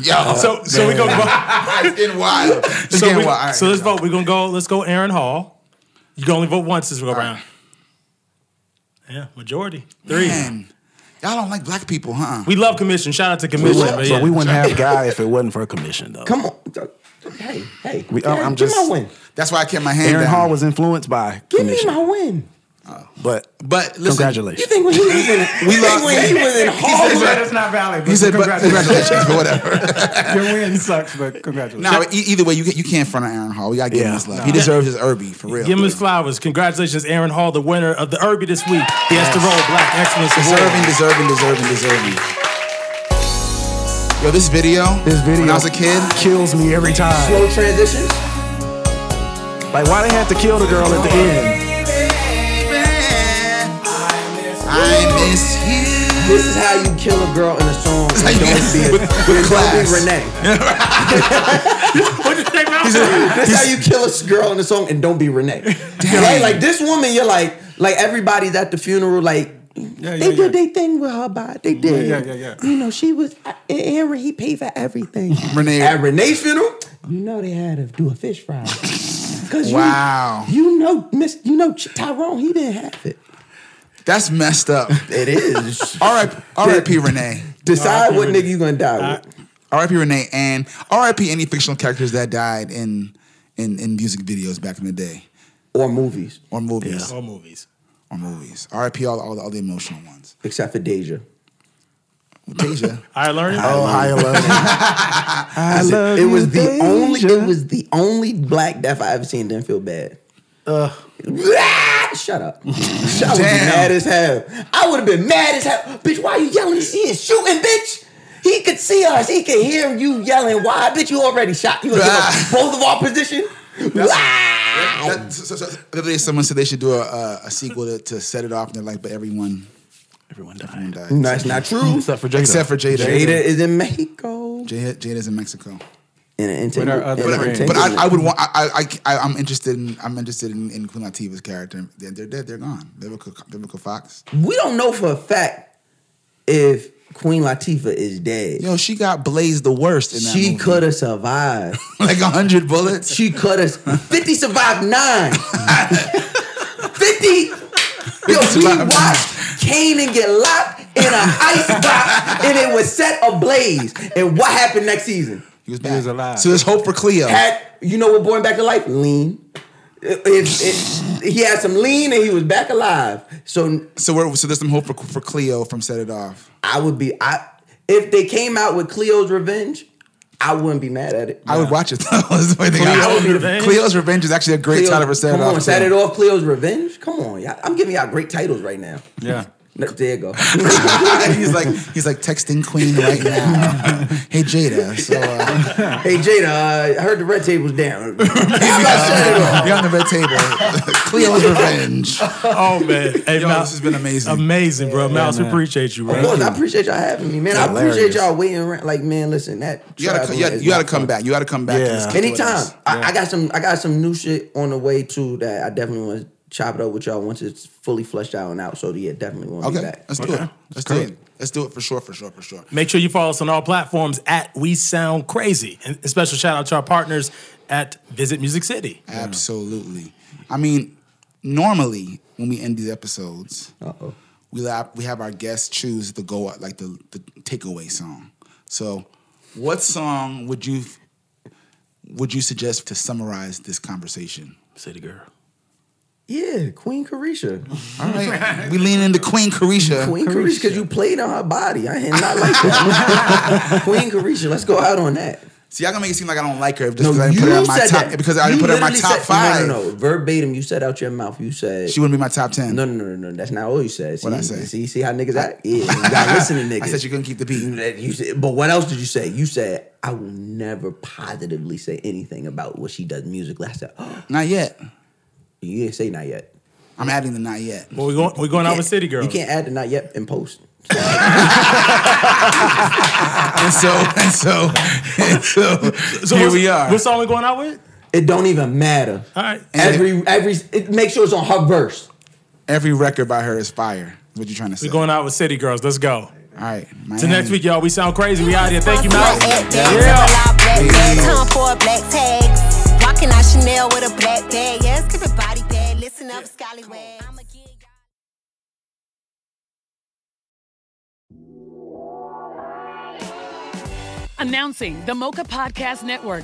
S5: Yo.
S4: so so we go.
S5: it's getting wild. It's
S4: So,
S5: getting
S4: we,
S5: wild. All right,
S4: so let's
S5: here we
S4: vote. We're gonna go. Let's go. Aaron Hall. You can only vote once this go round. Yeah, majority three.
S5: Man, y'all don't like black people, huh?
S4: We love commission. Shout out to commission.
S10: But
S4: but yeah.
S10: we wouldn't have guy if it wasn't for a commission though.
S1: Come on. Hey, hey.
S10: We-
S1: Give
S10: I'm- I'm
S1: give
S10: just-
S1: my win.
S5: That's why I kept my hand
S10: Aaron
S5: down.
S10: Hall was influenced by
S1: Give me
S10: commission,
S1: my win.
S10: but
S5: but listen,
S1: You
S10: congratulations.
S1: think when he was in,
S5: We
S1: we you
S5: lost.
S1: think when he was in Harlem,
S7: That's not valid. But
S5: He said, but
S7: congratulations.
S5: congratulations, but whatever.
S7: Your win sucks, but congratulations.
S5: no, e- either way, you, ca- you can't front on Aaron Hall. We gotta give him
S10: Yeah.
S5: his love.
S10: Nah.
S5: He deserves his Irby for real.
S4: Give him his flowers. Congratulations, Aaron Hall, the winner of the Irby this week. He has to roll Black Excellence
S5: Deserving,
S4: Award.
S5: deserving, deserving, deserving. Yo, this video.
S10: This video
S5: When I was a kid,
S10: kills me every time.
S1: slow transitions.
S10: Like why they have to kill the girl at the end?
S5: I miss you.
S1: This is how you kill a girl in a song.
S5: how
S1: and
S5: you-
S1: don't be a,
S5: with- with
S1: and don't
S5: class.
S1: be Renee.
S4: What you say, Malcolm?
S1: This is how you kill a girl in a song and don't be Renee. Right? Like this woman, you're like, like everybody's at the funeral, like.
S7: yeah,
S1: they
S7: yeah.
S1: did their thing with her body. They did.
S7: yeah, yeah, yeah.
S1: You know, she was Aaron. He paid for everything.
S5: Renee-
S1: at Renee's funeral, you know they had to do a fish fry. Cause
S5: Wow.
S1: you, you know, Miss, you know Ch- Tyrone, he didn't have it.
S5: That's messed up.
S1: It is.
S5: All right, R.I.P. Renee.
S1: Decide what nigga you gonna die with.
S5: R.I.P. Renee and R.I.P. any fictional characters that died in in in music videos back in the day,
S1: or movies,
S5: or movies,
S4: All movies.
S5: or movies. R.I.P. all all the, all the emotional ones.
S1: Except for Deja.
S5: Deja.
S4: I learned.
S1: Oh, I love it. Listen,
S10: love
S1: it
S10: you,
S1: was the
S10: Deja.
S1: only. It was the only black death I ever seen. Didn't feel bad. Ah,
S10: Uh,
S1: Shut up. I would have been
S5: Damn.
S1: mad as hell. I would have been mad as hell. Bitch, why you yelling? He is shooting, bitch. He could see us. He could hear you yelling. Why, bitch? You already shot. You gonna give up both of our position? Ah!
S5: That- so- so- so- the other day, someone said they should do a, a, a sequel to, to set it off, and they're like, but everyone,
S10: everyone
S5: everyone died.
S1: No, it's not true.
S10: Except for Jada.
S5: Except for Jada.
S1: Jada is in Mexico.
S5: Jada, Jada's in Mexico.
S1: In an intake,
S7: our other
S1: in an
S7: friends.
S1: intake-
S5: But I, I would want. I, I, I, I'm interested in. I'm interested in, in Queen Latifah's character. They're, they're dead. They're gone. Vivica, Vivica Fox.
S1: we don't know for a fact if Queen Latifah is dead.
S5: Yo, she got blazed the worst in that
S1: she
S5: movie.
S1: could have survived.
S5: like hundred bullets.
S1: She cut us. 50 survived nine. 50. Yo, we
S5: survived
S1: watched Kanan get locked in an ice box and it was set ablaze. And what happened next season?
S5: He was,
S7: He
S5: back.
S7: was alive.
S5: So there's hope for Cleo.
S1: Had, you know what born back to life? Lean. It- it- it- he had some lean and he was back alive. So
S5: So we're, so there's some hope for for Cleo from Set It Off.
S1: I would be I if they came out with Cleo's Revenge, I wouldn't be mad at it.
S5: I would watch it. That was the way they got
S1: Cleo's
S5: it. I would be the-
S4: Revenge?
S5: Cleo's Revenge is actually a great title for Set It
S1: come
S5: Off.
S1: on,
S5: too.
S1: set it off. Cleo's Revenge. Come on, y'all. I'm giving y'all great titles right now.
S7: Yeah.
S1: There you go.
S5: he's like he's like texting Queen right now. hey Jada, so uh,
S1: hey Jada, uh, I heard the red table's down.
S5: you're on the red table. Cleo's revenge.
S4: Oh man, hey,
S5: Yo,
S4: Mouse,
S5: this has been amazing.
S4: amazing, bro. Mouse, we
S7: man.
S4: appreciate you,
S1: Of
S4: bro.
S1: course, I appreciate y'all having me, man. I
S10: Hilarious.
S1: appreciate y'all waiting around. Like, man, listen, that
S5: You gotta
S1: travel
S5: you gotta,
S1: is
S5: you gotta
S1: not
S5: come
S1: fun.
S5: back. You gotta come back. and
S10: Yeah.
S5: just keep doing
S1: Anytime.
S5: this.
S1: I, I got some I got some new shit on the way too that I definitely want to chop it up with y'all once it's fully fleshed out and out. So yeah, definitely want to
S5: Okay,
S1: be back.
S5: let's do it. Let's do it. Let's do it for sure, for sure, for sure.
S4: Make sure you follow us on all platforms at We Sound Crazy. And a special shout out to our partners at Visit Music City.
S5: Absolutely. I mean, normally when we end these episodes,
S1: Uh oh.
S5: we la- we have our guests choose the go like the, the takeaway song. So, what song would you would you suggest to summarize this conversation?
S10: City girl.
S1: Yeah, Queen Carisha.
S5: All right, we lean into Queen Carisha.
S1: Queen Carisha, because you played on her body. I did not like that. Queen Carisha, let's go out on that.
S5: See, y'all gonna make it seem like I don't like her just
S1: No,
S5: because I
S1: you
S5: didn't put her in my
S1: said
S5: top
S1: that
S5: because I
S1: You
S5: didn't put her in my
S1: literally
S5: top
S1: said-
S5: five.
S1: No, no, no. Verbatim, you said out your mouth. You said
S5: She wouldn't be my top ten.
S1: No, no, no, no, no. That's not all you said. See,
S5: What'd I say?
S1: See, see how niggas act. Yeah, you gotta listen to niggas.
S5: I said you couldn't keep the
S1: You
S5: beat.
S1: that- you said- but what else did you say? You said I will never positively say anything about what she does musically. I said, oh,
S5: Not yet.
S1: you didn't say not yet.
S5: I'm adding the not yet.
S4: Well, we're going, we're going out
S1: Yeah,
S4: with City Girls.
S1: You can't add the not yet in post.
S5: And so and so and so,
S4: So
S5: here
S4: what's-
S5: we are.
S4: What song we going out with?
S1: It don't even matter.
S4: All right.
S1: Every every it, make sure it's on her verse.
S5: Every record by her is fire. Is what you trying to say?
S4: We're going out with City Girls. Let's go.
S5: All right.
S4: Till
S5: Miami.
S4: next week, y'all. We sound crazy. We out here. Thank you, Mouse. Yeah.
S5: Yeah.
S14: Time for a black tag. Walking out Chanel with a black bag. Yes, keep it body bag. Listen up, Scallywag. I'ma give y'all-
S2: Announcing the Mocha Podcast Network,